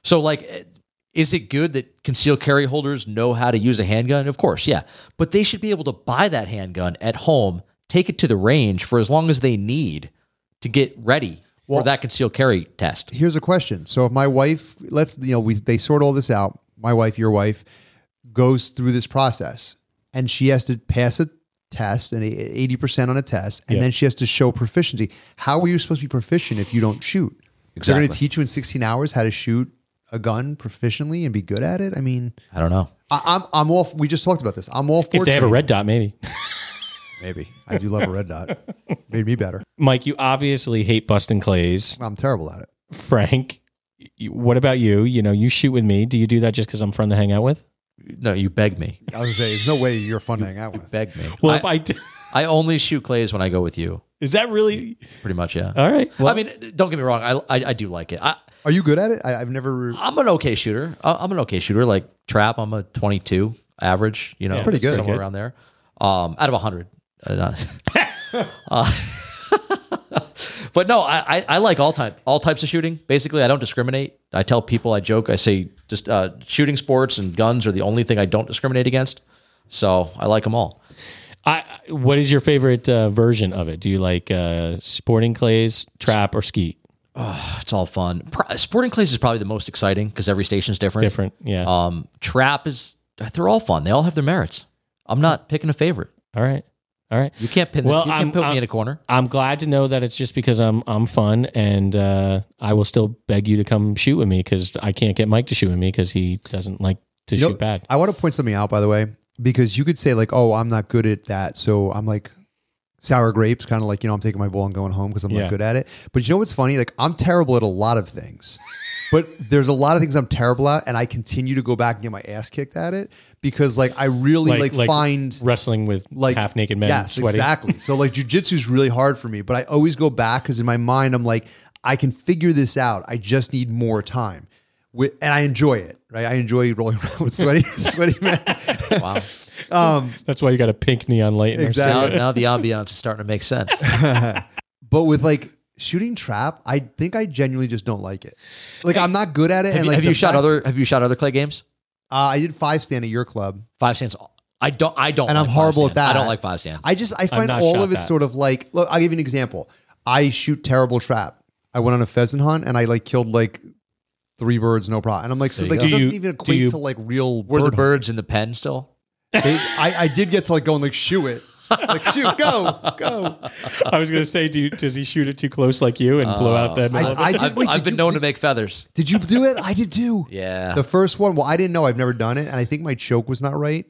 Speaker 4: So, like, eh, is it good that concealed carry holders know how to use a handgun? Of course, yeah. But they should be able to buy that handgun at home, take it to the range for as long as they need to get ready for that concealed carry test.
Speaker 2: Here's a question. So if my wife, let's you know, we they sort all this out. My wife, your wife, goes through this process, and she has to pass a test and eighty percent on a test, and
Speaker 3: Yeah.
Speaker 2: then she has to show proficiency. How are you supposed to be proficient if you don't shoot? They're going to
Speaker 4: Exactly.
Speaker 2: teach you in sixteen hours how to shoot a gun proficiently and be good at it. I mean,
Speaker 4: I don't know.
Speaker 2: I, I'm I'm all. We just talked about this. I'm all for
Speaker 3: If they have a
Speaker 2: training.
Speaker 3: red dot, maybe.
Speaker 2: Maybe I do love a red dot. Made me better.
Speaker 3: *laughs* Mike, you obviously hate busting clays.
Speaker 2: I'm terrible at it.
Speaker 3: Frank, you- what about you? You know, you shoot with me. Do you do that just because I'm fun to hang out with?
Speaker 4: No, you beg me.
Speaker 2: I was gonna say, there's no way you're fun to hang out with.
Speaker 4: Beg me.
Speaker 3: Well,
Speaker 4: I,
Speaker 3: if I do,
Speaker 4: I only shoot clays when I go with you.
Speaker 3: *laughs* is that really
Speaker 4: Pretty much, yeah.
Speaker 3: all right? Uh, Well,
Speaker 4: I mean, don't get me wrong. I I, I do like it. I,
Speaker 2: Are you good at it? I, I've never.
Speaker 4: I'm an okay shooter. I- I'm an okay shooter. Like trap, I'm a 22 average. You know,
Speaker 3: That's
Speaker 2: pretty good.
Speaker 4: somewhere
Speaker 3: Good.
Speaker 4: around there. Um, out of 100. Uh, not- *laughs* Uh, *laughs* but no, I, I, I like all type all types of shooting. Basically, I don't discriminate. I tell people, I joke, I say, just uh, shooting sports and guns are the only thing I don't discriminate against. So I like them all.
Speaker 3: I, what is your favorite uh, version of it? Do you like uh, sporting clays, trap, or skeet?
Speaker 4: It's all fun. Pro- sporting clays is probably the most exciting because every station's different.
Speaker 3: Different, yeah.
Speaker 4: Um, trap is they're all fun. They all have their merits. I'm not picking a favorite.
Speaker 3: all right, all right.
Speaker 4: You can't pin.
Speaker 3: Well,
Speaker 4: you can't
Speaker 3: I'm-
Speaker 4: put
Speaker 3: I'm-
Speaker 4: me in a corner.
Speaker 3: I'm glad to know that it's just because I'm I'm fun, and uh, I will still beg you to come shoot with me because I can't get Mike to shoot with me because he doesn't like to
Speaker 2: You know,
Speaker 3: shoot bad.
Speaker 2: I want to point something out, by the way, because you could say like, "Oh, I'm not good at that," so I'm like sour grapes, kind of like you know, I'm taking my ball and going home because I'm
Speaker 3: Yeah.
Speaker 2: not good at it. But you know what's funny? Like I'm terrible at a lot of things. But there's a lot of things I'm terrible at, and I continue to go back and get my ass kicked at it because, like, I really like, find
Speaker 3: wrestling with
Speaker 2: like
Speaker 3: half naked men,
Speaker 2: Yes,
Speaker 3: sweaty.
Speaker 2: exactly. So like jujitsu is really hard for me, but I always go back because in my mind I'm like, I can figure this out. I just need more time, with, and I enjoy it. Right, I enjoy rolling *laughs* around with sweaty, sweaty men.
Speaker 4: Wow.
Speaker 3: That's why you got a pink neon light. In
Speaker 2: Exactly.
Speaker 3: exactly.
Speaker 4: now, now the ambiance is starting to
Speaker 2: *laughs*
Speaker 4: make sense.
Speaker 2: But with like shooting trap, I think I genuinely just don't like it. Like I'm not good at it.
Speaker 4: Have,
Speaker 2: and
Speaker 4: you-
Speaker 2: like
Speaker 4: have
Speaker 2: the
Speaker 4: you shot
Speaker 2: fact-
Speaker 4: other? Have you shot other clay games?
Speaker 2: Uh, I did five stand at your club.
Speaker 4: Five stands. I don't. I don't.
Speaker 2: And I'm
Speaker 4: like five
Speaker 2: horrible at
Speaker 4: stand.
Speaker 2: that.
Speaker 4: I don't like five stand.
Speaker 2: I just I find
Speaker 3: not
Speaker 2: all
Speaker 3: shot
Speaker 2: of it
Speaker 3: that.
Speaker 2: sort of like look, I'll give you an example. I shoot terrible trap. I went on a pheasant hunt and I like killed like three birds, no problem. And I'm like, so
Speaker 4: There you
Speaker 2: like
Speaker 4: go.
Speaker 2: it
Speaker 3: Do
Speaker 2: doesn't
Speaker 3: you-
Speaker 2: even
Speaker 3: do
Speaker 2: equate
Speaker 3: you-
Speaker 2: to like real
Speaker 4: Were
Speaker 2: bird
Speaker 4: the birds in the pen still?
Speaker 2: hunt. They- I, I did get to like go and like shoot it. Like shoot, go,
Speaker 3: *laughs*
Speaker 2: go.
Speaker 3: I was gonna say, do you, does he shoot it too close like you and blow out that?
Speaker 2: I, I did,
Speaker 4: I've,
Speaker 2: wait,
Speaker 4: I've
Speaker 2: did
Speaker 4: been
Speaker 2: you-
Speaker 4: known
Speaker 2: did,
Speaker 4: to make feathers.
Speaker 2: Did you do it? I did too.
Speaker 4: *laughs* Yeah.
Speaker 2: The first one, well, I didn't know. I've never done it, and I think my choke was not right.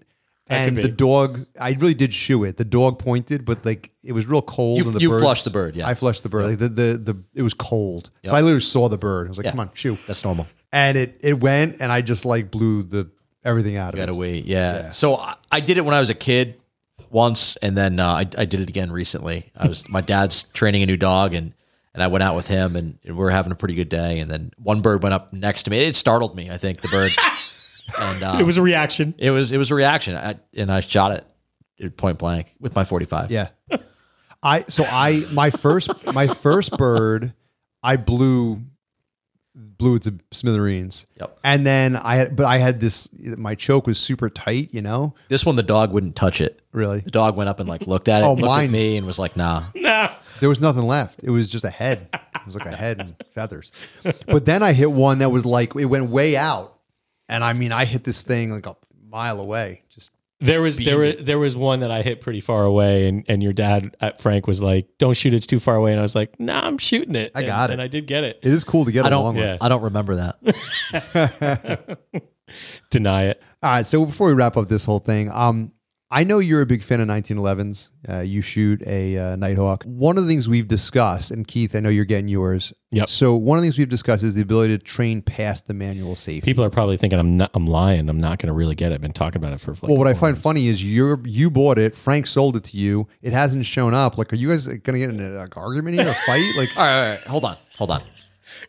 Speaker 3: That
Speaker 2: And
Speaker 3: could
Speaker 2: the
Speaker 3: be.
Speaker 2: dog, I really did shoe it. The dog pointed, but like it was real cold.
Speaker 4: You-
Speaker 2: and the
Speaker 4: you
Speaker 2: bird,
Speaker 4: flushed the bird, yeah.
Speaker 2: I flushed the bird. Like the the, the it was cold,
Speaker 4: Yep.
Speaker 2: so I literally saw the bird. I was like,
Speaker 4: Yeah.
Speaker 2: "Come on, shoe!"
Speaker 4: That's normal.
Speaker 2: And it it went, and I just like blew the everything out of
Speaker 4: Gotta
Speaker 2: it.
Speaker 4: wait. Yeah. So I, I did it when I was a kid once, and then uh, I, I did it again recently. I was my dad's training a new dog, and and I went out with him, and, and we were having a pretty good day. And then one bird went up next to me. It startled me. I think
Speaker 2: *laughs*
Speaker 4: the bird, and uh,
Speaker 3: it was a reaction.
Speaker 4: it was it was a reaction, I, and I shot it. at Point blank with my forty five.
Speaker 2: Yeah. I so I my first my first bird I blew blew it to smithereens.
Speaker 4: Yep.
Speaker 2: And then I had but I had this my choke was super tight, you know?
Speaker 4: This one, the dog wouldn't touch it.
Speaker 2: Really.
Speaker 4: The dog went up and like looked at it,
Speaker 2: Oh,
Speaker 4: looked
Speaker 2: mine-
Speaker 4: at me, and was
Speaker 2: *laughs*
Speaker 4: like, "Nah."
Speaker 2: There was nothing left. It was just a head. It was like a head and feathers. But then I hit one that was like it went way out. And I mean I hit this thing like a mile away. Just
Speaker 3: There was there was, there was one that I hit pretty far away, and and your dad at Frank was like, "Don't shoot, it's too far away," and I was like, "Nah, I'm shooting it."
Speaker 2: I
Speaker 3: And-
Speaker 2: got it.
Speaker 3: and I did get it.
Speaker 2: it is cool to get
Speaker 4: I
Speaker 2: a
Speaker 4: don't.
Speaker 2: long one.
Speaker 3: yeah.
Speaker 4: I don't remember
Speaker 2: *laughs*
Speaker 4: that.
Speaker 3: Deny it.
Speaker 2: All right. So before we wrap up this whole thing, um, I know you're a big fan of 1911s. Uh, you shoot a uh, Nighthawk. One of the things we've discussed, and Keith, I know you're getting yours.
Speaker 3: Yep.
Speaker 2: So one of the things we've discussed is the ability to train past the manual safety.
Speaker 3: People are probably thinking I'm not, I'm lying. I'm not going to really get it. I've been talking about it for like
Speaker 2: Well, what I
Speaker 3: four
Speaker 2: find
Speaker 3: months.
Speaker 2: funny is you are you bought it. Frank sold it to you. It hasn't shown up. Like, are you guys gonna get in an like, argument here, a fight? Like, *laughs*
Speaker 4: all, right, all right, hold on, hold on.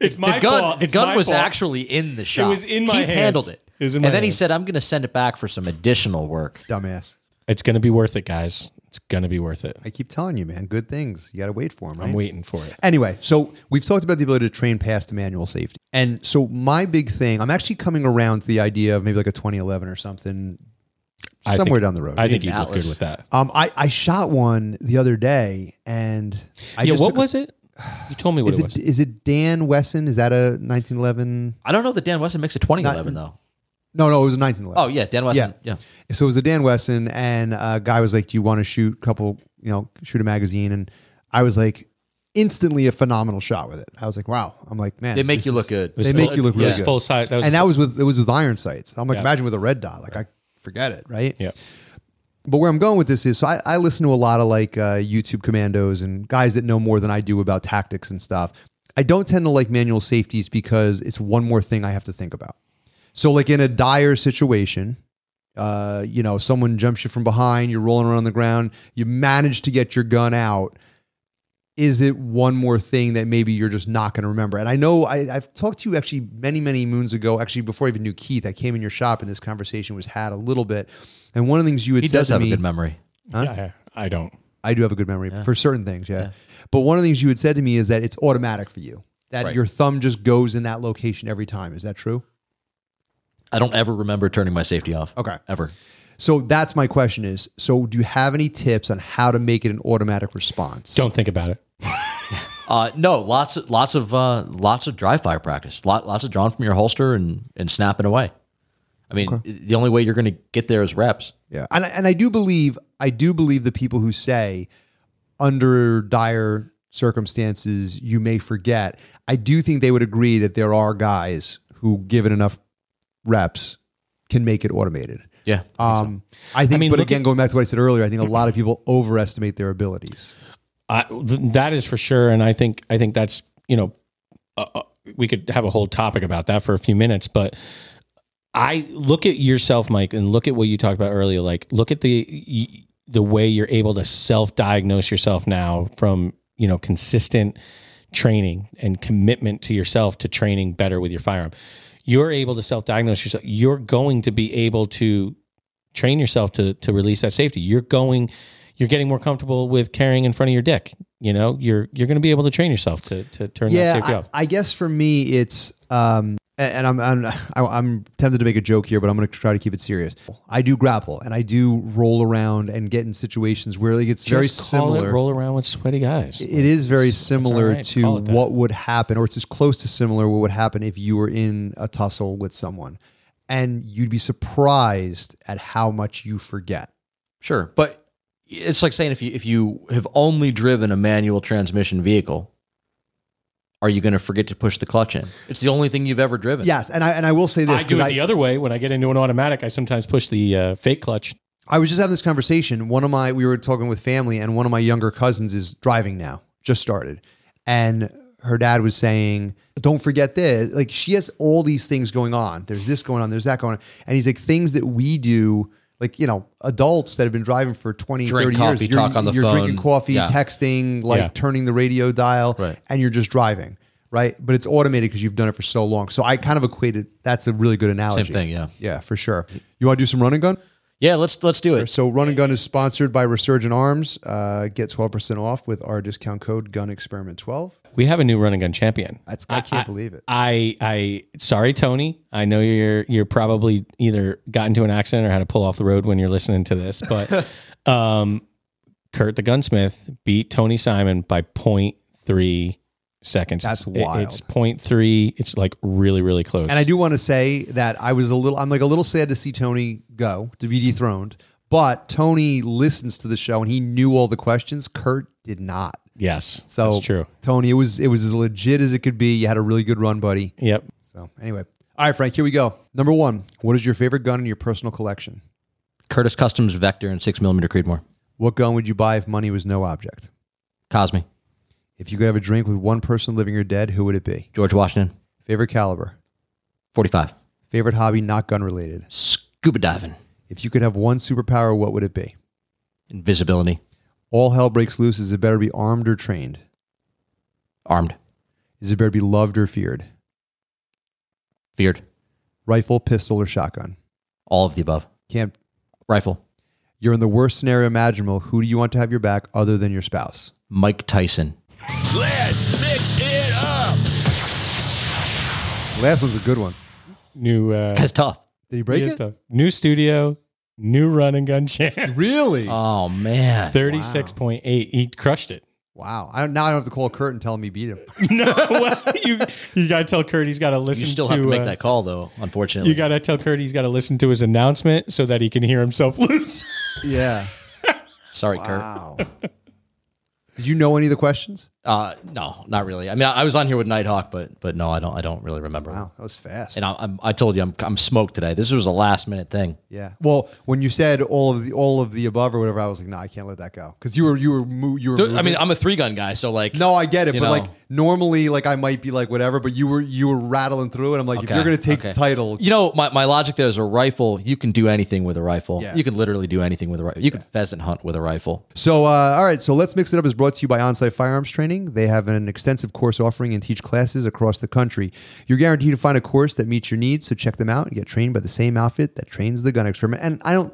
Speaker 3: It's
Speaker 4: the
Speaker 3: my
Speaker 4: gun,
Speaker 3: fault.
Speaker 4: the
Speaker 3: It's my
Speaker 4: gun was
Speaker 3: fault.
Speaker 4: actually in the shop.
Speaker 3: was in my
Speaker 4: Keith
Speaker 3: hands.
Speaker 4: handled it.
Speaker 3: It was in
Speaker 4: and
Speaker 3: my
Speaker 4: then he
Speaker 3: hands.
Speaker 4: said, "I'm going to send it back for some additional work."
Speaker 2: dumbass.
Speaker 3: It's going to be worth it, guys. It's going to be worth it.
Speaker 2: I keep telling you, man. Good things. You got to wait for them. Right?
Speaker 3: I'm waiting for it.
Speaker 2: Anyway, so we've talked about the ability to train past the manual safety. And so my big thing, I'm actually coming around to the idea of maybe like a 2011 or something
Speaker 3: I
Speaker 2: somewhere
Speaker 3: think-
Speaker 2: down the road.
Speaker 3: I
Speaker 2: I,
Speaker 3: think
Speaker 4: need
Speaker 3: you look good
Speaker 4: Atlas.
Speaker 3: with that.
Speaker 2: um, I, I shot one the other day and I
Speaker 3: yeah.
Speaker 2: just
Speaker 3: What
Speaker 2: took a-
Speaker 3: was it? You told me what
Speaker 2: is
Speaker 3: it
Speaker 2: it,
Speaker 3: was.
Speaker 2: is it Dan Wesson? Is that a 1911?
Speaker 4: I don't know that Dan Wesson makes a 2011 though.
Speaker 2: No, no, it was a 1911.
Speaker 4: Oh yeah, Dan Wesson.
Speaker 2: Yeah.
Speaker 4: Yeah,
Speaker 2: So it was a Dan Wesson, and a guy was like, "Do you want to shoot a couple? You know, shoot a magazine?" And I was like, instantly a phenomenal shot with it. I was like, "Wow!" I'm like, "Man,
Speaker 4: they make
Speaker 2: this
Speaker 4: you
Speaker 2: is-
Speaker 4: look good.
Speaker 2: They make you look really
Speaker 3: It was
Speaker 2: good.
Speaker 3: Full size. That was
Speaker 2: and that was with it was with iron sights. I'm like,
Speaker 3: Yeah.
Speaker 2: imagine with a red dot, like I forget it, right?
Speaker 3: Yeah.
Speaker 2: But where I'm going with this is, so I, I listen to a lot of like uh, YouTube commandos and guys that know more than I do about tactics and stuff. I don't tend to like manual safeties because it's one more thing I have to think about. So like in a dire situation, uh, you know, someone jumps you from behind, you're rolling around on the ground, you manage to get your gun out. Is it one more thing that maybe you're just not going to remember? And I know I, I've talked to you actually many, many moons ago, actually before I even knew Keith, I came in your shop and this conversation was had a little bit. And one of the things you had
Speaker 4: He
Speaker 2: said
Speaker 4: does
Speaker 2: to
Speaker 4: have
Speaker 2: me,
Speaker 4: a good memory.
Speaker 3: Yeah, I don't.
Speaker 2: I do have a good memory for certain things, yeah. But one of the things you had said to me is that it's automatic for you, that
Speaker 4: Right.
Speaker 2: your thumb just goes in that location every time. Is that true?
Speaker 4: I don't ever remember turning my safety off.
Speaker 2: Okay.
Speaker 4: ever.
Speaker 2: So that's my question is, so do you have any tips on how to make it an automatic response?
Speaker 3: Don't think about it.
Speaker 4: Uh, no, lots of lots of uh, lots of dry fire practice. Lot, lots of drawing from your holster and and snapping away. I mean, the only way you're going to get there is reps.
Speaker 2: Yeah. And I, and I do believe I do believe the people who say under dire circumstances you may forget. I do think they would agree that there are guys who given enough reps can make it automated.
Speaker 4: Yeah.
Speaker 2: Um, I think,
Speaker 3: mean,
Speaker 2: but
Speaker 3: look
Speaker 2: again, going back to what I said earlier, I think a lot of people overestimate their abilities.
Speaker 3: I, th- that is for sure, and I think I think that's you know uh, uh, we could have a whole topic about that for a few minutes, but I look at yourself, Mike, and look at what you talked about earlier. Like, look at the y- the way you're able to self-diagnose yourself now from you know consistent training and commitment to yourself to training better with your firearm. You're able to self-diagnose yourself. You're going to be able to train yourself to to release that safety. You're going you're getting more comfortable with carrying in front of your dick. You know, you're you're going to be able to train yourself to to turn that safety
Speaker 2: I,
Speaker 3: off.
Speaker 2: I guess for me, it's um, a- and I'm I'm I- I'm tempted to make a joke here, but I'm going to try to keep it serious. I do grapple and I do roll around and get in situations where like it's very
Speaker 3: Just call
Speaker 2: similar.
Speaker 3: It roll around with sweaty guys.
Speaker 2: it is very similar
Speaker 3: right,
Speaker 2: to
Speaker 3: call it that.
Speaker 2: what would happen, or it's as close to similar what would happen if you were in a tussle with someone, and you'd be surprised at how much you forget.
Speaker 4: Sure, but it's like saying if you if you have only driven a manual transmission vehicle, are you going to forget to push the clutch in? It's the only thing you've ever driven.
Speaker 2: Yes, and I and I will say this
Speaker 3: I do it
Speaker 2: because
Speaker 3: the other way. When I get into an automatic, I sometimes push the uh, fake clutch.
Speaker 2: I was just having this conversation. One of my, we were talking with family, and one of my younger cousins is driving now, just started. And her dad was saying, Don't forget this. Like, she has all these things going on. There's this going on, there's that going on. And he's like, Things that we do, like, you know, adults that have been driving for 20,
Speaker 4: Drink
Speaker 2: 30
Speaker 4: coffee,
Speaker 2: years, you're-
Speaker 4: talk on the
Speaker 2: you're drinking
Speaker 4: phone.
Speaker 2: coffee,
Speaker 4: Yeah.
Speaker 2: texting, like
Speaker 3: Yeah.
Speaker 2: turning the radio dial,
Speaker 4: Right.
Speaker 2: and you're just driving. Right, but it's automated because you've done it for so long. So I kind of equated. That's a really good analogy.
Speaker 4: thing, yeah.
Speaker 2: yeah, for sure. You want to do some running gun?
Speaker 4: Yeah, let's let's do it.
Speaker 2: So Run and Gun is sponsored by Resurgent Arms. Uh, get 12% off with our discount code Gun Experiment 12.
Speaker 3: We have a new running gun champion.
Speaker 2: That's I can't believe it.
Speaker 3: I, I, sorry, Tony. I know you're, you're probably either got into an accident or had to pull off the road when you're listening to this,
Speaker 2: *laughs*
Speaker 3: but, um, Kurt the gunsmith beat Tony Simon by 0.3 seconds.
Speaker 2: That's
Speaker 3: It's- it-
Speaker 2: wild.
Speaker 3: It's 0.3. It's like really, really close.
Speaker 2: And I do want to say that I was a little I'm like a little sad to see Tony go to be dethroned. But Tony listens to the show and he knew all the questions. Kurt did not.
Speaker 3: yes,
Speaker 2: So
Speaker 3: that's true.
Speaker 2: Tony, it was it was as legit as it could be. You had a really good run, buddy.
Speaker 3: Yep.
Speaker 2: So anyway. All right, Frank, here we go. Number one, what is your favorite gun in your personal collection?
Speaker 4: Curtis Customs Vector and six millimeter Creedmoor.
Speaker 2: What gun would you buy if money was no object?
Speaker 4: Cosme,
Speaker 2: If you could have a drink with one person living or dead, who would it be?
Speaker 4: George Washington,
Speaker 2: Favorite caliber?
Speaker 4: forty five.
Speaker 2: Favorite hobby not gun related?
Speaker 4: Scuba diving,
Speaker 2: If you could have one superpower, what would it be?
Speaker 4: invisibility,
Speaker 2: All hell breaks loose. Is it better be armed or trained?
Speaker 4: armed,
Speaker 2: Is it better be loved or feared?
Speaker 4: feared,
Speaker 2: Rifle, pistol, or shotgun?
Speaker 4: all of the above.
Speaker 2: Can't.
Speaker 4: Rifle,
Speaker 2: You're in the worst scenario imaginable. Who do you want to have your back other than your spouse?
Speaker 4: Mike Tyson.
Speaker 1: Let's mix it up.
Speaker 2: Last one's a good one.
Speaker 3: New, uh,
Speaker 4: That's tough.
Speaker 2: Did he break
Speaker 3: new
Speaker 2: it?
Speaker 3: stuff. new studio, new running
Speaker 2: *laughs*
Speaker 3: gun champ.
Speaker 2: Really?
Speaker 4: Oh man,
Speaker 3: Thirty-six point eight. He crushed
Speaker 2: *laughs*
Speaker 3: it.
Speaker 2: wow. I don't, now I don't have to call Kurt and tell him he beat him.
Speaker 3: No, well, you you gotta tell Kurt he's got to listen.
Speaker 4: you still have to make
Speaker 3: uh,
Speaker 4: that call though. Unfortunately,
Speaker 3: You gotta tell Kurt he's got to listen to his announcement so that he can hear himself *laughs* lose.
Speaker 2: *laughs* yeah.
Speaker 4: sorry, Kurt.
Speaker 2: Wow. *laughs* Did you know any of the questions?
Speaker 4: Uh, no, not really. I mean, I I was on here with Nighthawk, but but no, I don't. I don't really remember.
Speaker 2: Wow, that was fast.
Speaker 4: And I, I'm, I told you, I'm, I'm smoked today. This was a last minute thing.
Speaker 2: Yeah. Well, when you said all of the all of the above or whatever, I was like, no, I can't let that go because you were you were mo- you were.
Speaker 4: I mean,
Speaker 2: moving.
Speaker 4: I'm a three gun guy, so like,
Speaker 2: no, I get it,
Speaker 4: you
Speaker 2: but
Speaker 4: know.
Speaker 2: like normally, like I might be like whatever, but you were you were rattling through, and I'm like, if
Speaker 4: Okay,
Speaker 2: you're gonna take
Speaker 4: okay.
Speaker 2: the title,
Speaker 4: You know, my, my logic there is a rifle. You can do anything with a rifle.
Speaker 2: Yeah.
Speaker 4: You can literally do anything with a rifle. You can pheasant hunt with
Speaker 2: *laughs*
Speaker 4: a rifle.
Speaker 2: So, uh, all right. So, Let's Mix It Up is brought to you by Onsite Firearms Training. They have an extensive course offering and teach classes across the country. You're guaranteed to find a course that meets your needs. So, check them out and get trained by the same outfit that trains the gun experiment. And I don't,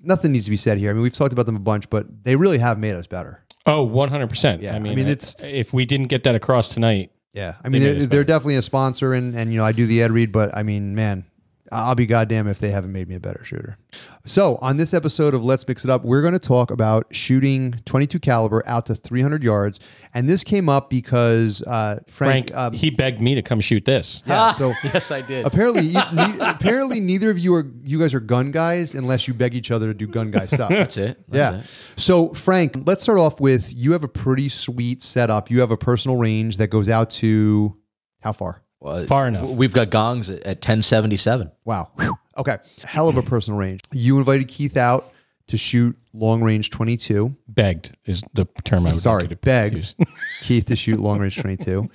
Speaker 2: nothing needs to be said here. I mean, we've talked about them a bunch, but they really have made us better.
Speaker 3: Oh, 100 percent.
Speaker 2: Yeah,
Speaker 3: I mean,
Speaker 2: I mean,
Speaker 3: it's
Speaker 2: it's-
Speaker 3: if we didn't get that across tonight,
Speaker 2: Yeah. I mean,
Speaker 3: made
Speaker 2: they are
Speaker 3: us
Speaker 2: they're definitely a sponsor. And, and, you know, I do the Ed Read, but I mean, man, I'll be goddamn if they haven't made me a better shooter. So, on this episode of Let's Mix It Up, we're going to talk about shooting 22 caliber out to 300 yards, and this came up because uh, Frank.
Speaker 3: Frank,
Speaker 2: uh,
Speaker 3: *laughs* he begged me to come shoot this.
Speaker 2: yeah, so
Speaker 4: Yes, I did.
Speaker 2: apparently, you, ne- apparently, neither of you are you guys are gun guys unless you beg each other to do gun guy stuff.
Speaker 4: That's it. That's
Speaker 2: Yeah.
Speaker 4: it.
Speaker 2: So, Frank, let's start off with you have a pretty sweet setup. You have a personal range that goes out to how far?
Speaker 4: Well,
Speaker 3: Far enough.
Speaker 4: We've got gongs at, at 1077.
Speaker 2: Wow. Whew. Okay. Hell of a personal range. You invited Keith out to shoot long range 22.
Speaker 3: Begged is the term I would
Speaker 2: Sorry, *laughs*
Speaker 3: like you to
Speaker 2: begged
Speaker 3: use.
Speaker 2: Keith to shoot long range 22.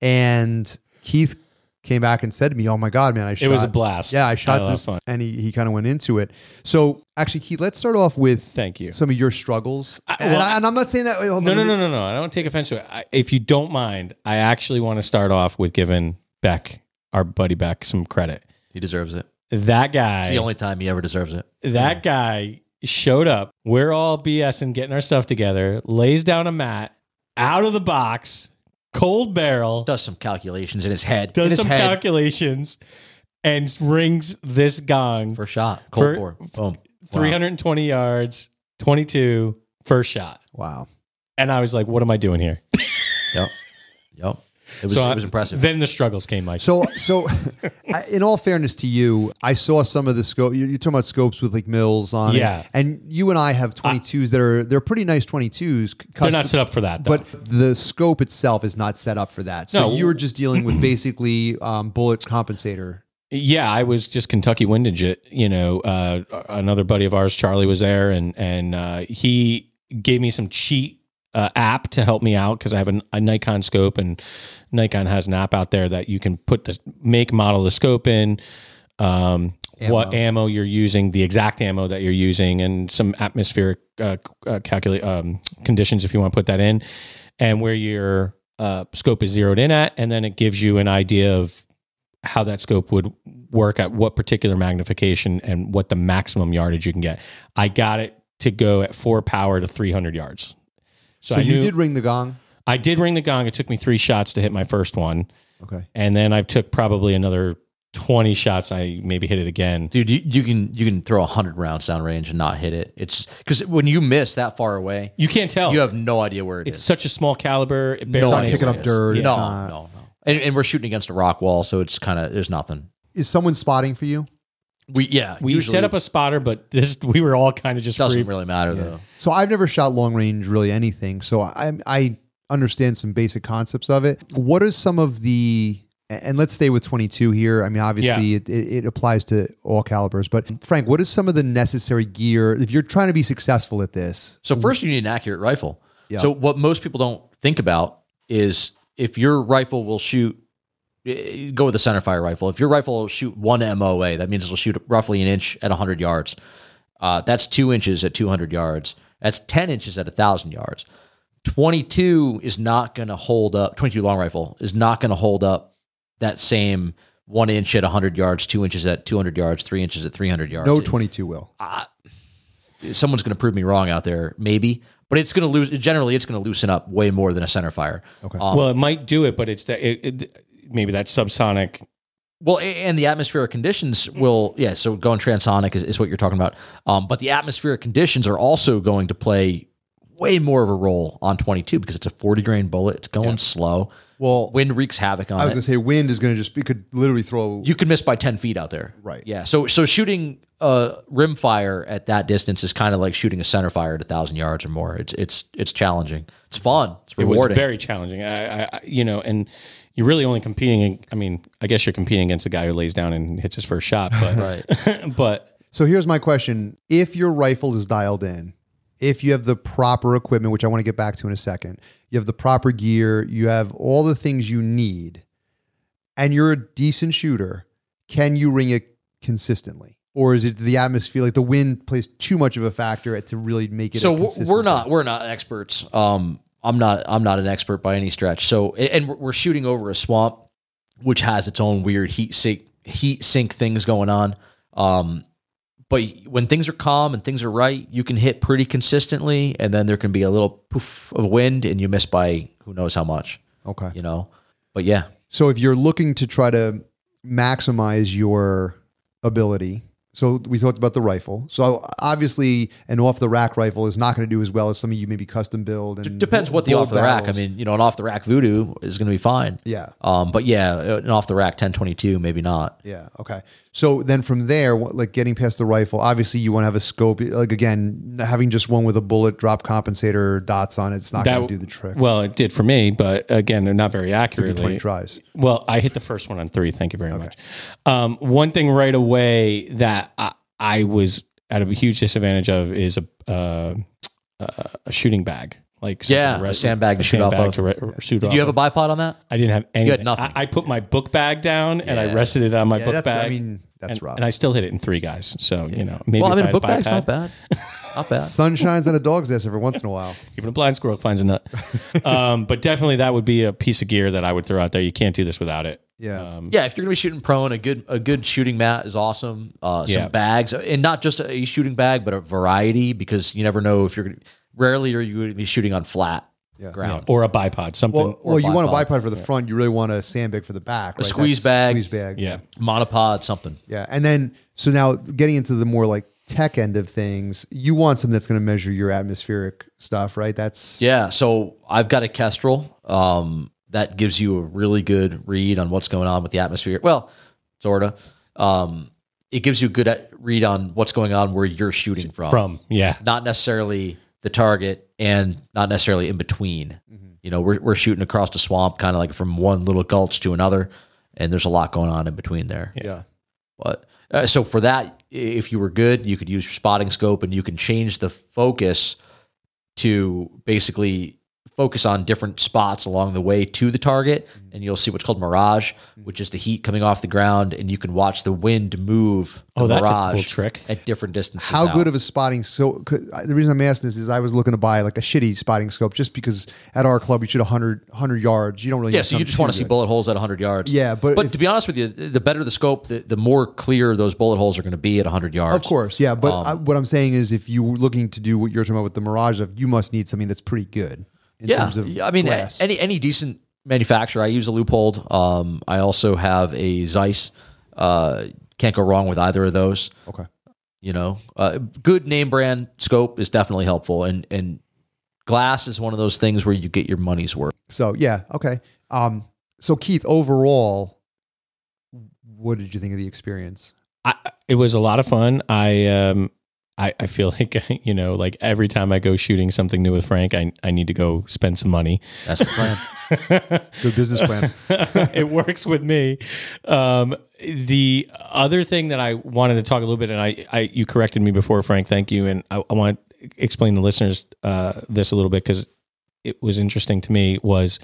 Speaker 2: And Keith came back and said to me, "Oh my God, man, I shot."
Speaker 3: was a blast.
Speaker 2: Yeah, I shot
Speaker 3: Oh, that's
Speaker 2: this,
Speaker 3: fun.
Speaker 2: and he, he kind of went into it. So actually, Keith, let's start off with
Speaker 3: Thank you.
Speaker 2: some of your struggles,
Speaker 3: I-
Speaker 2: and,
Speaker 3: well,
Speaker 2: I, and I'm not saying that.
Speaker 4: Oh,
Speaker 2: wait, hold
Speaker 3: No,
Speaker 2: on,
Speaker 3: no,
Speaker 2: let
Speaker 3: no,
Speaker 2: me-
Speaker 3: no, no. I don't take offense to it. I, if you don't mind, I actually want to start off with giving Beck, our buddy Beck, some credit.
Speaker 4: He deserves it.
Speaker 3: That guy,
Speaker 4: It's the only time he ever deserves it.
Speaker 3: that guy showed up. We're all BSing, getting our stuff together, lays down a mat out of the box, cold barrel,
Speaker 4: Does some calculations in his head. in
Speaker 3: does
Speaker 4: his
Speaker 3: some
Speaker 4: head.
Speaker 3: calculations, and rings this gong
Speaker 4: First shot. Cold
Speaker 3: For-
Speaker 4: board. Boom. Wow.
Speaker 3: 320 yards, 22, first shot.
Speaker 2: Wow.
Speaker 3: And I was like, what am I doing here?
Speaker 4: Yep. Yep. It was,
Speaker 3: So I-
Speaker 4: it was impressive.
Speaker 3: Then the struggles came, Mike.
Speaker 2: So, so, *laughs* I- in all fairness to you, I saw some of the scope. you- You're talking about scopes with like mills on, it.
Speaker 3: Yeah.
Speaker 2: And you and I have 22s that are they're pretty nice 22s. c-
Speaker 3: They're
Speaker 2: custom-
Speaker 3: not set up for that. Though.
Speaker 2: but the scope itself is not set up for that. So
Speaker 3: No.
Speaker 2: you were just dealing with basically um, bullet compensator.
Speaker 3: Yeah, I was just Kentucky Wind and Jet. You know, uh, another buddy of ours, Charlie, was there, and and uh, he gave me some cheat uh, app to help me out because I have an, a Nikon scope, and Nikon has an app out there that you can put the make model of the scope in, um, what ammo you're using, the exact ammo that you're using, and some atmospheric uh, uh, calculate um, conditions if you want to put that in, and where your uh, scope is zeroed in at, and then it gives you an idea of how that scope would work at what particular magnification and what the maximum yardage you can get. I got it to go at four power to 300 yards.
Speaker 2: So,
Speaker 3: So, I
Speaker 2: you
Speaker 3: knew,
Speaker 2: did ring the gong.
Speaker 3: I did ring the gong. It took me three shots to hit my first one.
Speaker 2: Okay.
Speaker 3: And then I took probably another 20 shots. I maybe hit it again.
Speaker 4: dude you, you can you can throw a hundred round sound range and not hit it it's because when you miss that far away
Speaker 3: You can't tell.
Speaker 4: you have no idea where it
Speaker 3: it's
Speaker 4: is.
Speaker 3: such a small caliber. It
Speaker 4: no
Speaker 3: barely
Speaker 2: not
Speaker 4: idea
Speaker 2: picking
Speaker 4: where
Speaker 2: up
Speaker 4: it is.
Speaker 2: dirt,
Speaker 4: no
Speaker 2: it's not-
Speaker 4: no no and, and we're shooting against a rock wall so it's kind of there's nothing
Speaker 2: Is someone spotting for you?
Speaker 4: we yeah
Speaker 3: we
Speaker 4: usually
Speaker 3: set up a spotter, but this *laughs* we were all kind of just
Speaker 4: doesn't
Speaker 3: free.
Speaker 4: really matter though
Speaker 2: So I've never shot long range really anything. So I I understand some basic concepts of it. What are some of the and let's stay with 22 here. I mean, obviously it, it, it applies to all calibers, but Frank, what is some of the necessary gear if you're trying to be successful at this?
Speaker 4: so first you need an accurate rifle so what most people don't think about is if your rifle will shoot eh, go with a center fire rifle if your rifle will shoot one moa that means it'll shoot roughly an inch at 100 yards Uh, that's two inches at 200 yards. That's 10 inches at 1,000 yards. 22 is not going to hold up. 22 long rifle is not going to hold up that same one inch at 100 yards, two inches at 200 yards, three inches at 300 yards.
Speaker 2: No
Speaker 4: It-
Speaker 2: 22 will.
Speaker 4: someone's going to prove me wrong out there, maybe, but it's going to lose. Generally, it's going to loosen up way more than a center fire.
Speaker 2: Okay.
Speaker 4: Um,
Speaker 3: Well, it might do it, but it's that it, it, maybe that subsonic.
Speaker 4: Well, a- and the atmospheric conditions will, yeah. So going transonic is, is what you're talking about. Um, but the atmospheric conditions are also going to play way more of a role on 22 because it's a 40 grain bullet. It's going slow.
Speaker 2: Well,
Speaker 4: Wind wreaks havoc on
Speaker 2: I was
Speaker 4: it.
Speaker 2: going to say wind is going to just it could literally throw
Speaker 4: you can miss by 10 feet out there.
Speaker 2: Right.
Speaker 4: Yeah. So so shooting a rim fire at that distance is kind of like shooting a center fire at a thousand yards or more. It's it's it's challenging. It's fun. It's
Speaker 3: It was
Speaker 4: rewarding.
Speaker 3: very challenging. I, I, I- you know, and you're really only competing. In, I mean, I guess you're competing against the guy who lays down and hits his first shot,
Speaker 4: *laughs*
Speaker 3: but *laughs* but
Speaker 2: So here's my question. If your rifle is dialed in, if you have the proper equipment, which I want to get back to in a second, you have the proper gear, you have all the things you need, and you're a decent shooter, can you ring it consistently? Or is it the atmosphere, like the wind plays too much of a factor to really make it? a
Speaker 4: so we're-
Speaker 2: consistent
Speaker 4: we're
Speaker 2: thing?
Speaker 4: not we're not experts um i'm not i'm not an expert by any stretch so and- and we're- we're shooting over a swamp which has its own weird heat sink heat sink things going on um but when things are calm and things are right you can hit pretty consistently and then there can be a little poof of wind and you miss by who knows how much
Speaker 2: Okay.
Speaker 4: you know but yeah
Speaker 2: So if you're looking to try to maximize your ability, so we talked about the rifle. So obviously, an off the rack rifle is not going to do as well as some of you maybe custom build. And
Speaker 4: depends what the
Speaker 2: bull
Speaker 4: off the rack i
Speaker 2: barrels.
Speaker 4: mean you know an off the rack voodoo is going to be fine
Speaker 2: Yeah,
Speaker 4: um but yeah an off the rack 1022 maybe not
Speaker 2: yeah, okay. So then from there, what, like getting past the rifle, obviously you want to have a scope. Like again, having just one with a bullet drop compensator dots on it's not
Speaker 3: that
Speaker 2: going to do the trick.
Speaker 3: Well, it did for me, but again, they're not very
Speaker 2: Took you Twenty
Speaker 3: accurately.
Speaker 2: tries.
Speaker 3: Well, I hit the first one on three. Thank you very much. Um, one thing right away that I, I was at a huge disadvantage of is a uh, uh, a shooting bag. like
Speaker 4: Yeah, a sandbag to shoot off of.
Speaker 3: To re- shoot
Speaker 4: Did
Speaker 3: off
Speaker 4: you have a
Speaker 3: of.
Speaker 4: bipod on that?
Speaker 3: I didn't have any.
Speaker 4: nothing.
Speaker 3: I, I put my book bag down and I
Speaker 4: Yeah.
Speaker 3: rested it on my
Speaker 2: Yeah,
Speaker 3: book
Speaker 2: that's,
Speaker 3: bag.
Speaker 2: I mean, that's
Speaker 3: and,
Speaker 2: rough.
Speaker 3: and I still hit it in three guys. So you know, maybe
Speaker 4: well, I
Speaker 3: if
Speaker 4: mean, a
Speaker 3: had
Speaker 4: book bag's
Speaker 3: bipod-
Speaker 4: not bad. Not bad.
Speaker 2: Sun shines on a dog's ass every once in a while.
Speaker 3: Even a blind squirrel finds a nut.
Speaker 4: *laughs*
Speaker 3: um, but definitely, that would be a piece of gear that I would throw out there. You can't do this without it.
Speaker 2: Yeah.
Speaker 4: *laughs* Yeah, if you're gonna be shooting prone, a good a good shooting mat is awesome. Uh, some
Speaker 3: Yeah.
Speaker 4: bags, and not just a shooting bag, but a variety because you never know if you're gonna. Rarely are you going to be shooting on flat
Speaker 2: Yeah.
Speaker 4: ground.
Speaker 3: Or a bipod, something.
Speaker 2: Well, well, you want a
Speaker 4: bipod.
Speaker 2: bipod for the front. You really want a sandbag for the back. right?
Speaker 4: squeeze
Speaker 2: That's-
Speaker 4: bag.
Speaker 2: Squeeze bag.
Speaker 3: yeah.
Speaker 4: Monopod, something.
Speaker 2: Yeah. And then, so now getting into the more like tech end of things, you want something that's going to measure your atmospheric stuff, right? That's,
Speaker 4: Yeah. So I've got a Kestrel. Um, that gives you a really good read on what's going on with the atmosphere. Well, sorta. Um, it gives you a good at- read on what's going on where you're shooting from.
Speaker 3: From yeah,
Speaker 4: not necessarily the target and not necessarily in between.
Speaker 3: Mm-hmm.
Speaker 4: You know, we're, we're shooting across the swamp, kind of like from one little gulch to another, and there's a lot going on in between there.
Speaker 2: yeah.
Speaker 4: But uh, so for that, i- if you were good, you could use your spotting scope and you can change the focus to basically focus on different spots along the way to the target,
Speaker 3: Mm-hmm.
Speaker 4: and you'll see what's called mirage, which is the heat coming off the ground, and you can watch the wind move. The
Speaker 3: Oh, that's a cool
Speaker 4: mirage
Speaker 3: trick.
Speaker 4: at different distances.
Speaker 2: How
Speaker 4: out.
Speaker 2: good of a spotting? So could- I- the reason I'm asking this is I was looking to buy like a shitty spotting scope just because at our club we shoot 100, 100 yards. You don't really
Speaker 4: Yeah,
Speaker 2: need
Speaker 4: so you
Speaker 2: something
Speaker 4: just want
Speaker 2: too
Speaker 4: to see
Speaker 2: good.
Speaker 4: bullet holes at 100 yards.
Speaker 2: Yeah, but
Speaker 4: but
Speaker 2: if-
Speaker 4: to be honest with you, th- the better the scope, the, the more clear those bullet holes are going to be at 100 yards.
Speaker 2: Of course, yeah.
Speaker 4: Um,
Speaker 2: But I, what I'm saying is, if you were looking to do what you're talking about with the Mirage, of you must need something that's pretty good. In
Speaker 4: yeah.
Speaker 2: terms of
Speaker 4: Yeah, I mean, a-
Speaker 2: glass.
Speaker 4: any any decent manufacturer. I use a Leupold. Um, I also have a Zeiss. Uh, can't go wrong with either of those.
Speaker 2: okay,
Speaker 4: You know, uh, good name brand scope is definitely helpful, and and glass is one of those things where you get your money's worth.
Speaker 2: so yeah, okay. Um, so Keith, overall, what did you think of the experience?
Speaker 3: I, it was a lot of fun. I um I, I feel *laughs* like you know, like every time I go shooting something new with Frank, I I need to go spend some money. *laughs*
Speaker 4: That's
Speaker 2: *laughs*
Speaker 4: the plan.
Speaker 2: Good
Speaker 4: *laughs*
Speaker 2: business plan.
Speaker 3: *laughs* it works with me. Um, the other thing that I wanted to talk a little bit, and I, I you corrected me before, Frank. Thank you, and I, I want to explain to listeners uh, this a little bit because it was interesting to me. Was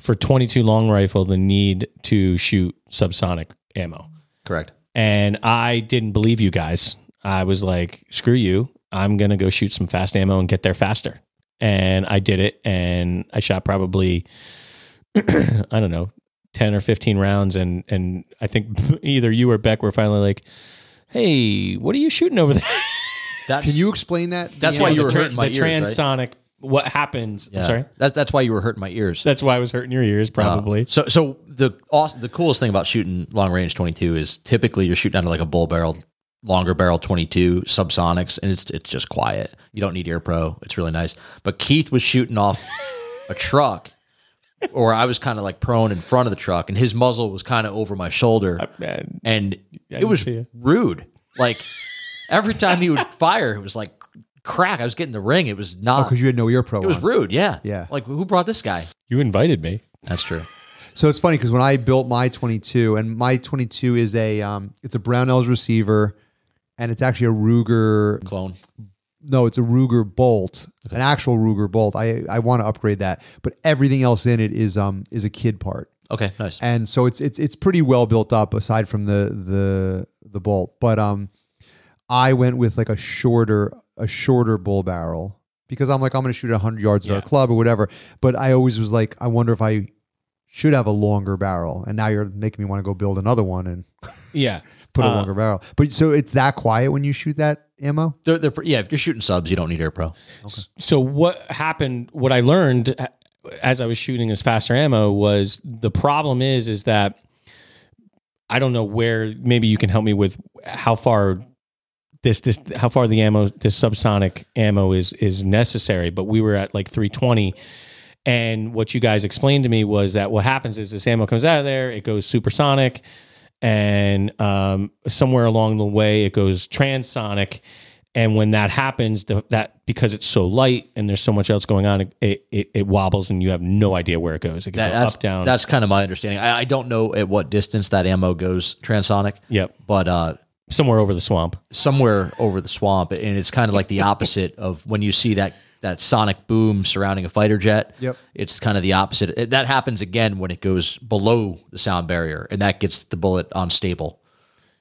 Speaker 3: for twenty two long rifle the need to shoot subsonic ammo?
Speaker 4: Correct.
Speaker 3: and I didn't believe you guys. I was like, screw you. I'm going to go shoot some fast ammo and get there faster. And I did it. And I shot probably, *clears throat* I don't know, 10 or 15 rounds. And, and I think *laughs* either you or Beck were finally like, hey, what are you shooting over there?
Speaker 4: That's
Speaker 2: Can you explain that?
Speaker 4: That's
Speaker 2: Yeah.
Speaker 4: why
Speaker 3: the
Speaker 4: you were
Speaker 3: tran-
Speaker 4: hurting my
Speaker 3: the
Speaker 4: ears,
Speaker 3: transonic, what happens?
Speaker 4: Yeah.
Speaker 3: I'm sorry.
Speaker 4: That's that's why you were hurting my ears.
Speaker 3: That's why I was hurting your ears, probably.
Speaker 4: Uh, So, so the awesome, the coolest thing about shooting long range 22 is typically you're shooting out of like a bull barrel, longer barrel 22 subsonics, and it's it's just quiet. You don't need ear pro. It's really nice. But Keith was shooting off
Speaker 3: *laughs*
Speaker 4: a truck, or I was kind of like prone in front of the truck, and his muzzle was kind of over my shoulder,
Speaker 3: Man,
Speaker 4: and it
Speaker 3: can
Speaker 4: was
Speaker 3: see it.
Speaker 4: rude.
Speaker 3: *laughs*
Speaker 4: Like every time he would fire, it was like crack. I was getting the ring. It was
Speaker 3: Oh,
Speaker 4: not.
Speaker 2: because you had no ear pro.
Speaker 4: it was
Speaker 2: on.
Speaker 4: rude. Yeah.
Speaker 2: Yeah.
Speaker 4: Like who brought this guy?
Speaker 3: you invited me.
Speaker 4: That's true.
Speaker 2: So it's funny because when I built my 22, and my 22 is a um, it's a Brownells receiver, and it's actually a Ruger
Speaker 4: Clone.
Speaker 2: No, it's a Ruger bolt, an actual Ruger bolt. I I want to upgrade that, but everything else in it is um is a kid part,
Speaker 4: Okay. Nice.
Speaker 2: and so it's it's it's pretty well built up aside from the the the bolt. But um, I went with like a shorter a shorter bull barrel because I'm like I'm going to shoot 100 yards at our
Speaker 3: Yeah.
Speaker 2: club or whatever. But I always was like, I wonder if I should have a longer barrel, and now you're making me want to go build another one and
Speaker 3: Yeah.
Speaker 2: put a
Speaker 3: Uh,
Speaker 2: longer barrel. But so it's that quiet when you shoot that ammo.
Speaker 4: They're, they're, yeah, if you're shooting subs, you don't need air pro.
Speaker 3: so what happened what i learned uh, as i was shooting as faster ammo was the problem is is that i don't know where maybe you can help me with how far this, this how far the ammo this subsonic ammo is is necessary but we were at like 320 and what you guys explained to me was that what happens is this ammo comes out of there it goes supersonic and um, somewhere along the way it goes transonic and when that happens the, that because it's so light and there's so much else going on it, it, it wobbles and you have no idea where it goes it can
Speaker 4: That-
Speaker 3: go
Speaker 4: that's
Speaker 3: up down
Speaker 4: That's kind of my understanding. I, I don't know at what distance that ammo goes transonic,
Speaker 3: yep
Speaker 4: but uh,
Speaker 3: somewhere over the swamp
Speaker 4: somewhere over the swamp, and it's kind of like the opposite of when you see that that sonic boom surrounding a fighter jet.
Speaker 2: Yep.
Speaker 4: It's kind of the opposite. It- that happens again when it goes below the sound barrier, and that gets the bullet unstable.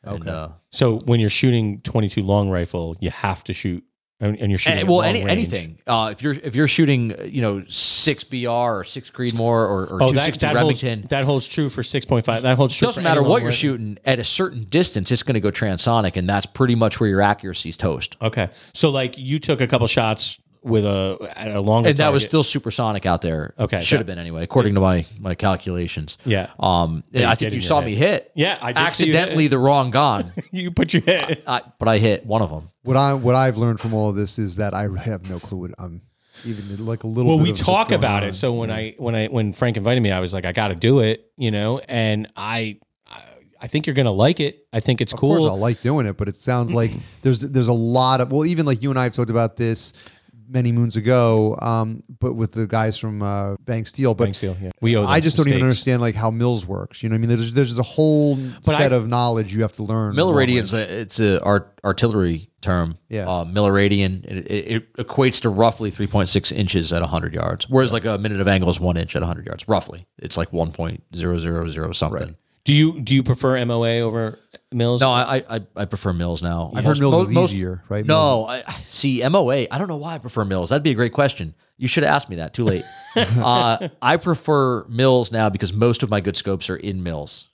Speaker 4: Okay. And, uh,
Speaker 3: So when you're shooting 22 long rifle, you have to shoot, and, and you're shooting.
Speaker 4: and-
Speaker 3: at
Speaker 4: well,
Speaker 3: long
Speaker 4: any,
Speaker 3: range.
Speaker 4: anything. Uh, if you're if you're shooting, uh, you know, six BR or six Creedmoor or, or
Speaker 3: Oh,
Speaker 4: two
Speaker 3: that,
Speaker 4: sixty
Speaker 3: that holds.
Speaker 4: Remington,
Speaker 3: That holds true for 6.5. That holds true.
Speaker 4: doesn't
Speaker 3: for any
Speaker 4: matter
Speaker 3: long
Speaker 4: what you're
Speaker 3: range.
Speaker 4: shooting at a certain distance, it's going to go transonic, and that's pretty much where your accuracy's toast.
Speaker 3: Okay, so like you took a couple shots with a at a longer.
Speaker 4: And that was
Speaker 3: target.
Speaker 4: still supersonic out there.
Speaker 3: Okay,
Speaker 4: should
Speaker 3: that-
Speaker 4: have been anyway, according to my my calculations.
Speaker 3: Yeah.
Speaker 4: Um, and
Speaker 3: you
Speaker 4: I
Speaker 3: did
Speaker 4: think
Speaker 3: in
Speaker 4: you
Speaker 3: your
Speaker 4: saw
Speaker 3: head.
Speaker 4: me hit.
Speaker 3: Yeah, I did see you hit.
Speaker 4: accidentally the
Speaker 3: *laughs*
Speaker 4: wrong gun,
Speaker 3: you put your
Speaker 4: *laughs*
Speaker 3: head.
Speaker 4: I, but I hit one of them.
Speaker 2: What I what I've learned from all of this is that I have no clue what I'm even like a little.
Speaker 3: well
Speaker 2: bit
Speaker 3: we
Speaker 2: of what's
Speaker 3: talk
Speaker 2: going
Speaker 3: about
Speaker 2: on.
Speaker 3: it so when i when i when frank invited me i was like i gotta do it you know and i i, I think you're gonna like it i think it's
Speaker 2: Of course, I
Speaker 3: cool
Speaker 2: like doing it, but it sounds
Speaker 3: *clears throat*
Speaker 2: like there's there's a lot of well, even like you and I have talked about this many moons ago, um, but with the guys from uh, Bank Steel, but.
Speaker 3: Thanks, Steele. Yeah. we owe them
Speaker 2: I just don't even
Speaker 3: mistakes.
Speaker 2: understand like how Mills works. You know, what I mean, there's there's a whole set
Speaker 3: I-
Speaker 2: of knowledge you have to learn.
Speaker 4: Milliradian's a, it's a art, artillery term.
Speaker 2: Yeah.
Speaker 4: Uh, milliradian it, it, it equates to roughly 3.6 inches at 100 yards, whereas like a minute of angle is one inch at 100 yards. Roughly, it's like 1.000 something.
Speaker 3: do you do you prefer moa over mills
Speaker 4: No, I I, I- I prefer Mills now.
Speaker 2: I've heard Mills is easier, right? Mills-
Speaker 4: No, I, see MOA. I don't know why I prefer Mills. That'd be a great question. You should have asked me that.
Speaker 2: *laughs*
Speaker 4: Too late. uh, I prefer Mills now because most of my good scopes are in Mills.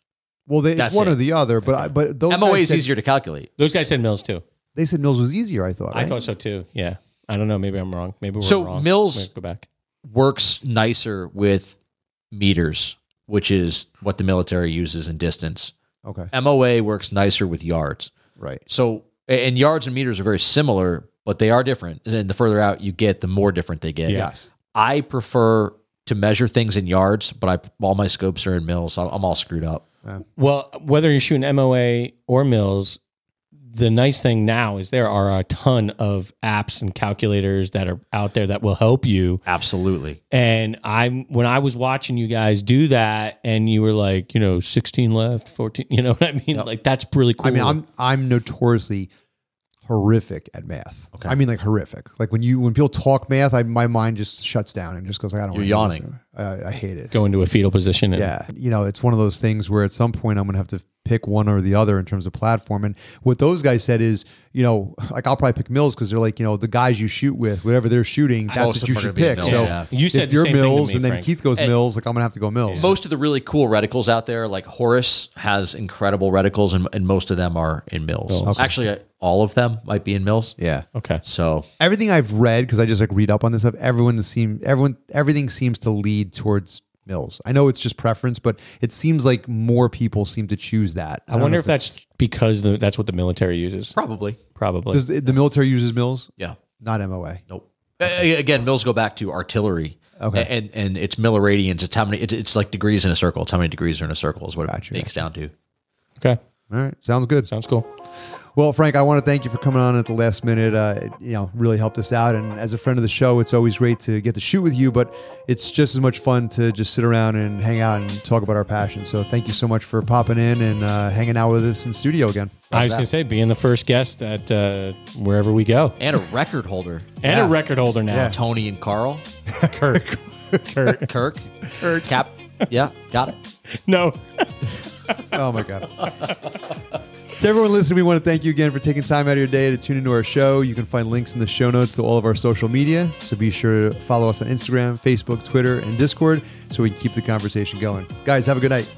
Speaker 2: well, they, it's
Speaker 4: That's
Speaker 2: one
Speaker 4: it.
Speaker 2: or the other. But I, but those
Speaker 4: MOA
Speaker 2: guys
Speaker 4: is
Speaker 2: said,
Speaker 4: easier to calculate.
Speaker 3: those guys said mills too
Speaker 2: They said Mills was easier. I thought.
Speaker 3: i
Speaker 2: right?
Speaker 3: thought so too yeah i don't know maybe i'm wrong maybe we're
Speaker 4: So
Speaker 3: wrong
Speaker 4: Mills-
Speaker 3: Wait, go back
Speaker 4: Works nicer with meters, which is what the military uses in distance.
Speaker 2: Okay,
Speaker 4: MOA works nicer with yards.
Speaker 2: right.
Speaker 4: So a- and yards and meters are very similar, but they are different. And then the further out you get, the more different they get.
Speaker 3: Yeah.
Speaker 2: Yes.
Speaker 4: I prefer to measure things in yards, but I all my scopes are in mils. I'm, I'm all screwed up.
Speaker 3: well whether you're shooting moa or mills the nice thing now is there are a ton of apps and calculators that are out there that will help you
Speaker 4: Absolutely.
Speaker 3: And I'm when I was watching you guys do that, and you were like, you know, sixteen left, fourteen. *laughs* You know what I mean?
Speaker 4: Yep.
Speaker 3: Like that's really cool.
Speaker 2: I mean, I'm I'm notoriously horrific at math.
Speaker 4: Okay.
Speaker 2: I mean, like horrific. Like when you when people talk math, I, my mind just shuts down and just goes, like, I don't.
Speaker 4: You're
Speaker 2: wanna do
Speaker 4: yawning.
Speaker 2: this. I, I hate it.
Speaker 3: go into a fetal position. And,
Speaker 2: Yeah, you know, it's one of those things where at some point I'm going to have to pick one or the other in terms of platform. And what those guys said is, you know, like I'll probably pick Mills because they're like, you know, the guys you shoot with, whatever they're shooting, that's
Speaker 4: Most
Speaker 2: what
Speaker 4: of
Speaker 2: you
Speaker 4: them are
Speaker 2: should
Speaker 4: gonna be
Speaker 2: pick.
Speaker 4: Mills,
Speaker 2: So
Speaker 4: yeah.
Speaker 3: you said
Speaker 2: if
Speaker 3: the
Speaker 2: you're
Speaker 3: same thing to
Speaker 2: Mills
Speaker 3: me,
Speaker 2: and then
Speaker 3: Frank.
Speaker 2: Keith goes
Speaker 4: And-
Speaker 2: Mills, like I'm going to have to go Mills.
Speaker 4: Most of the really cool reticles out there, like Horus, has incredible reticles, and, and most of them are in mils. Actually, I- all of them might be in mils.
Speaker 2: Oh, Yeah.
Speaker 3: Okay.
Speaker 4: So
Speaker 2: everything I've read because I just like read up on this stuff. Everyone seems everyone everything seems to lead towards Mills. I know it's just preference, but it seems like more people seem to choose that.
Speaker 3: I, wonder if, that's because the, that's what the military uses.
Speaker 4: probably,
Speaker 3: Probably.
Speaker 2: does the, the military uses Mills,
Speaker 4: yeah.
Speaker 2: not MOA.
Speaker 4: Nope. A- Again, mills go back to artillery.
Speaker 2: Okay.
Speaker 4: And and it's milliradians. It's how many. It's, it's like degrees in a circle. It's how many degrees are in a circle is what
Speaker 2: Gotcha,
Speaker 4: it breaks down to.
Speaker 3: okay.
Speaker 2: All right, sounds good.
Speaker 3: Sounds cool.
Speaker 2: Well, Frank, I want to thank you for coming on at the last minute. Uh, it, you know, really helped us out. And as a friend of the show, it's always great to get to shoot with you, but it's just as much fun to just sit around and hang out and talk about our passion. So thank you so much for popping in and uh, hanging out with us in studio again.
Speaker 3: I was gonna say being the first guest at uh, wherever we go,
Speaker 4: And a record holder,
Speaker 3: and
Speaker 2: Yeah.
Speaker 3: a record holder now.
Speaker 2: Yeah.
Speaker 4: Tony and
Speaker 2: *laughs*
Speaker 4: Carl,
Speaker 3: Kirk. Kirk.
Speaker 4: Kirk, Kirk, Cap. Yeah, got it.
Speaker 3: No.
Speaker 2: Oh my god. to everyone listening, we want to thank you again for taking time out of your day to tune into our show. You can find links in the show notes to all of our social media, so be sure to follow us on Instagram, Facebook, Twitter, and Discord so we can keep the conversation going. Guys, have a good night.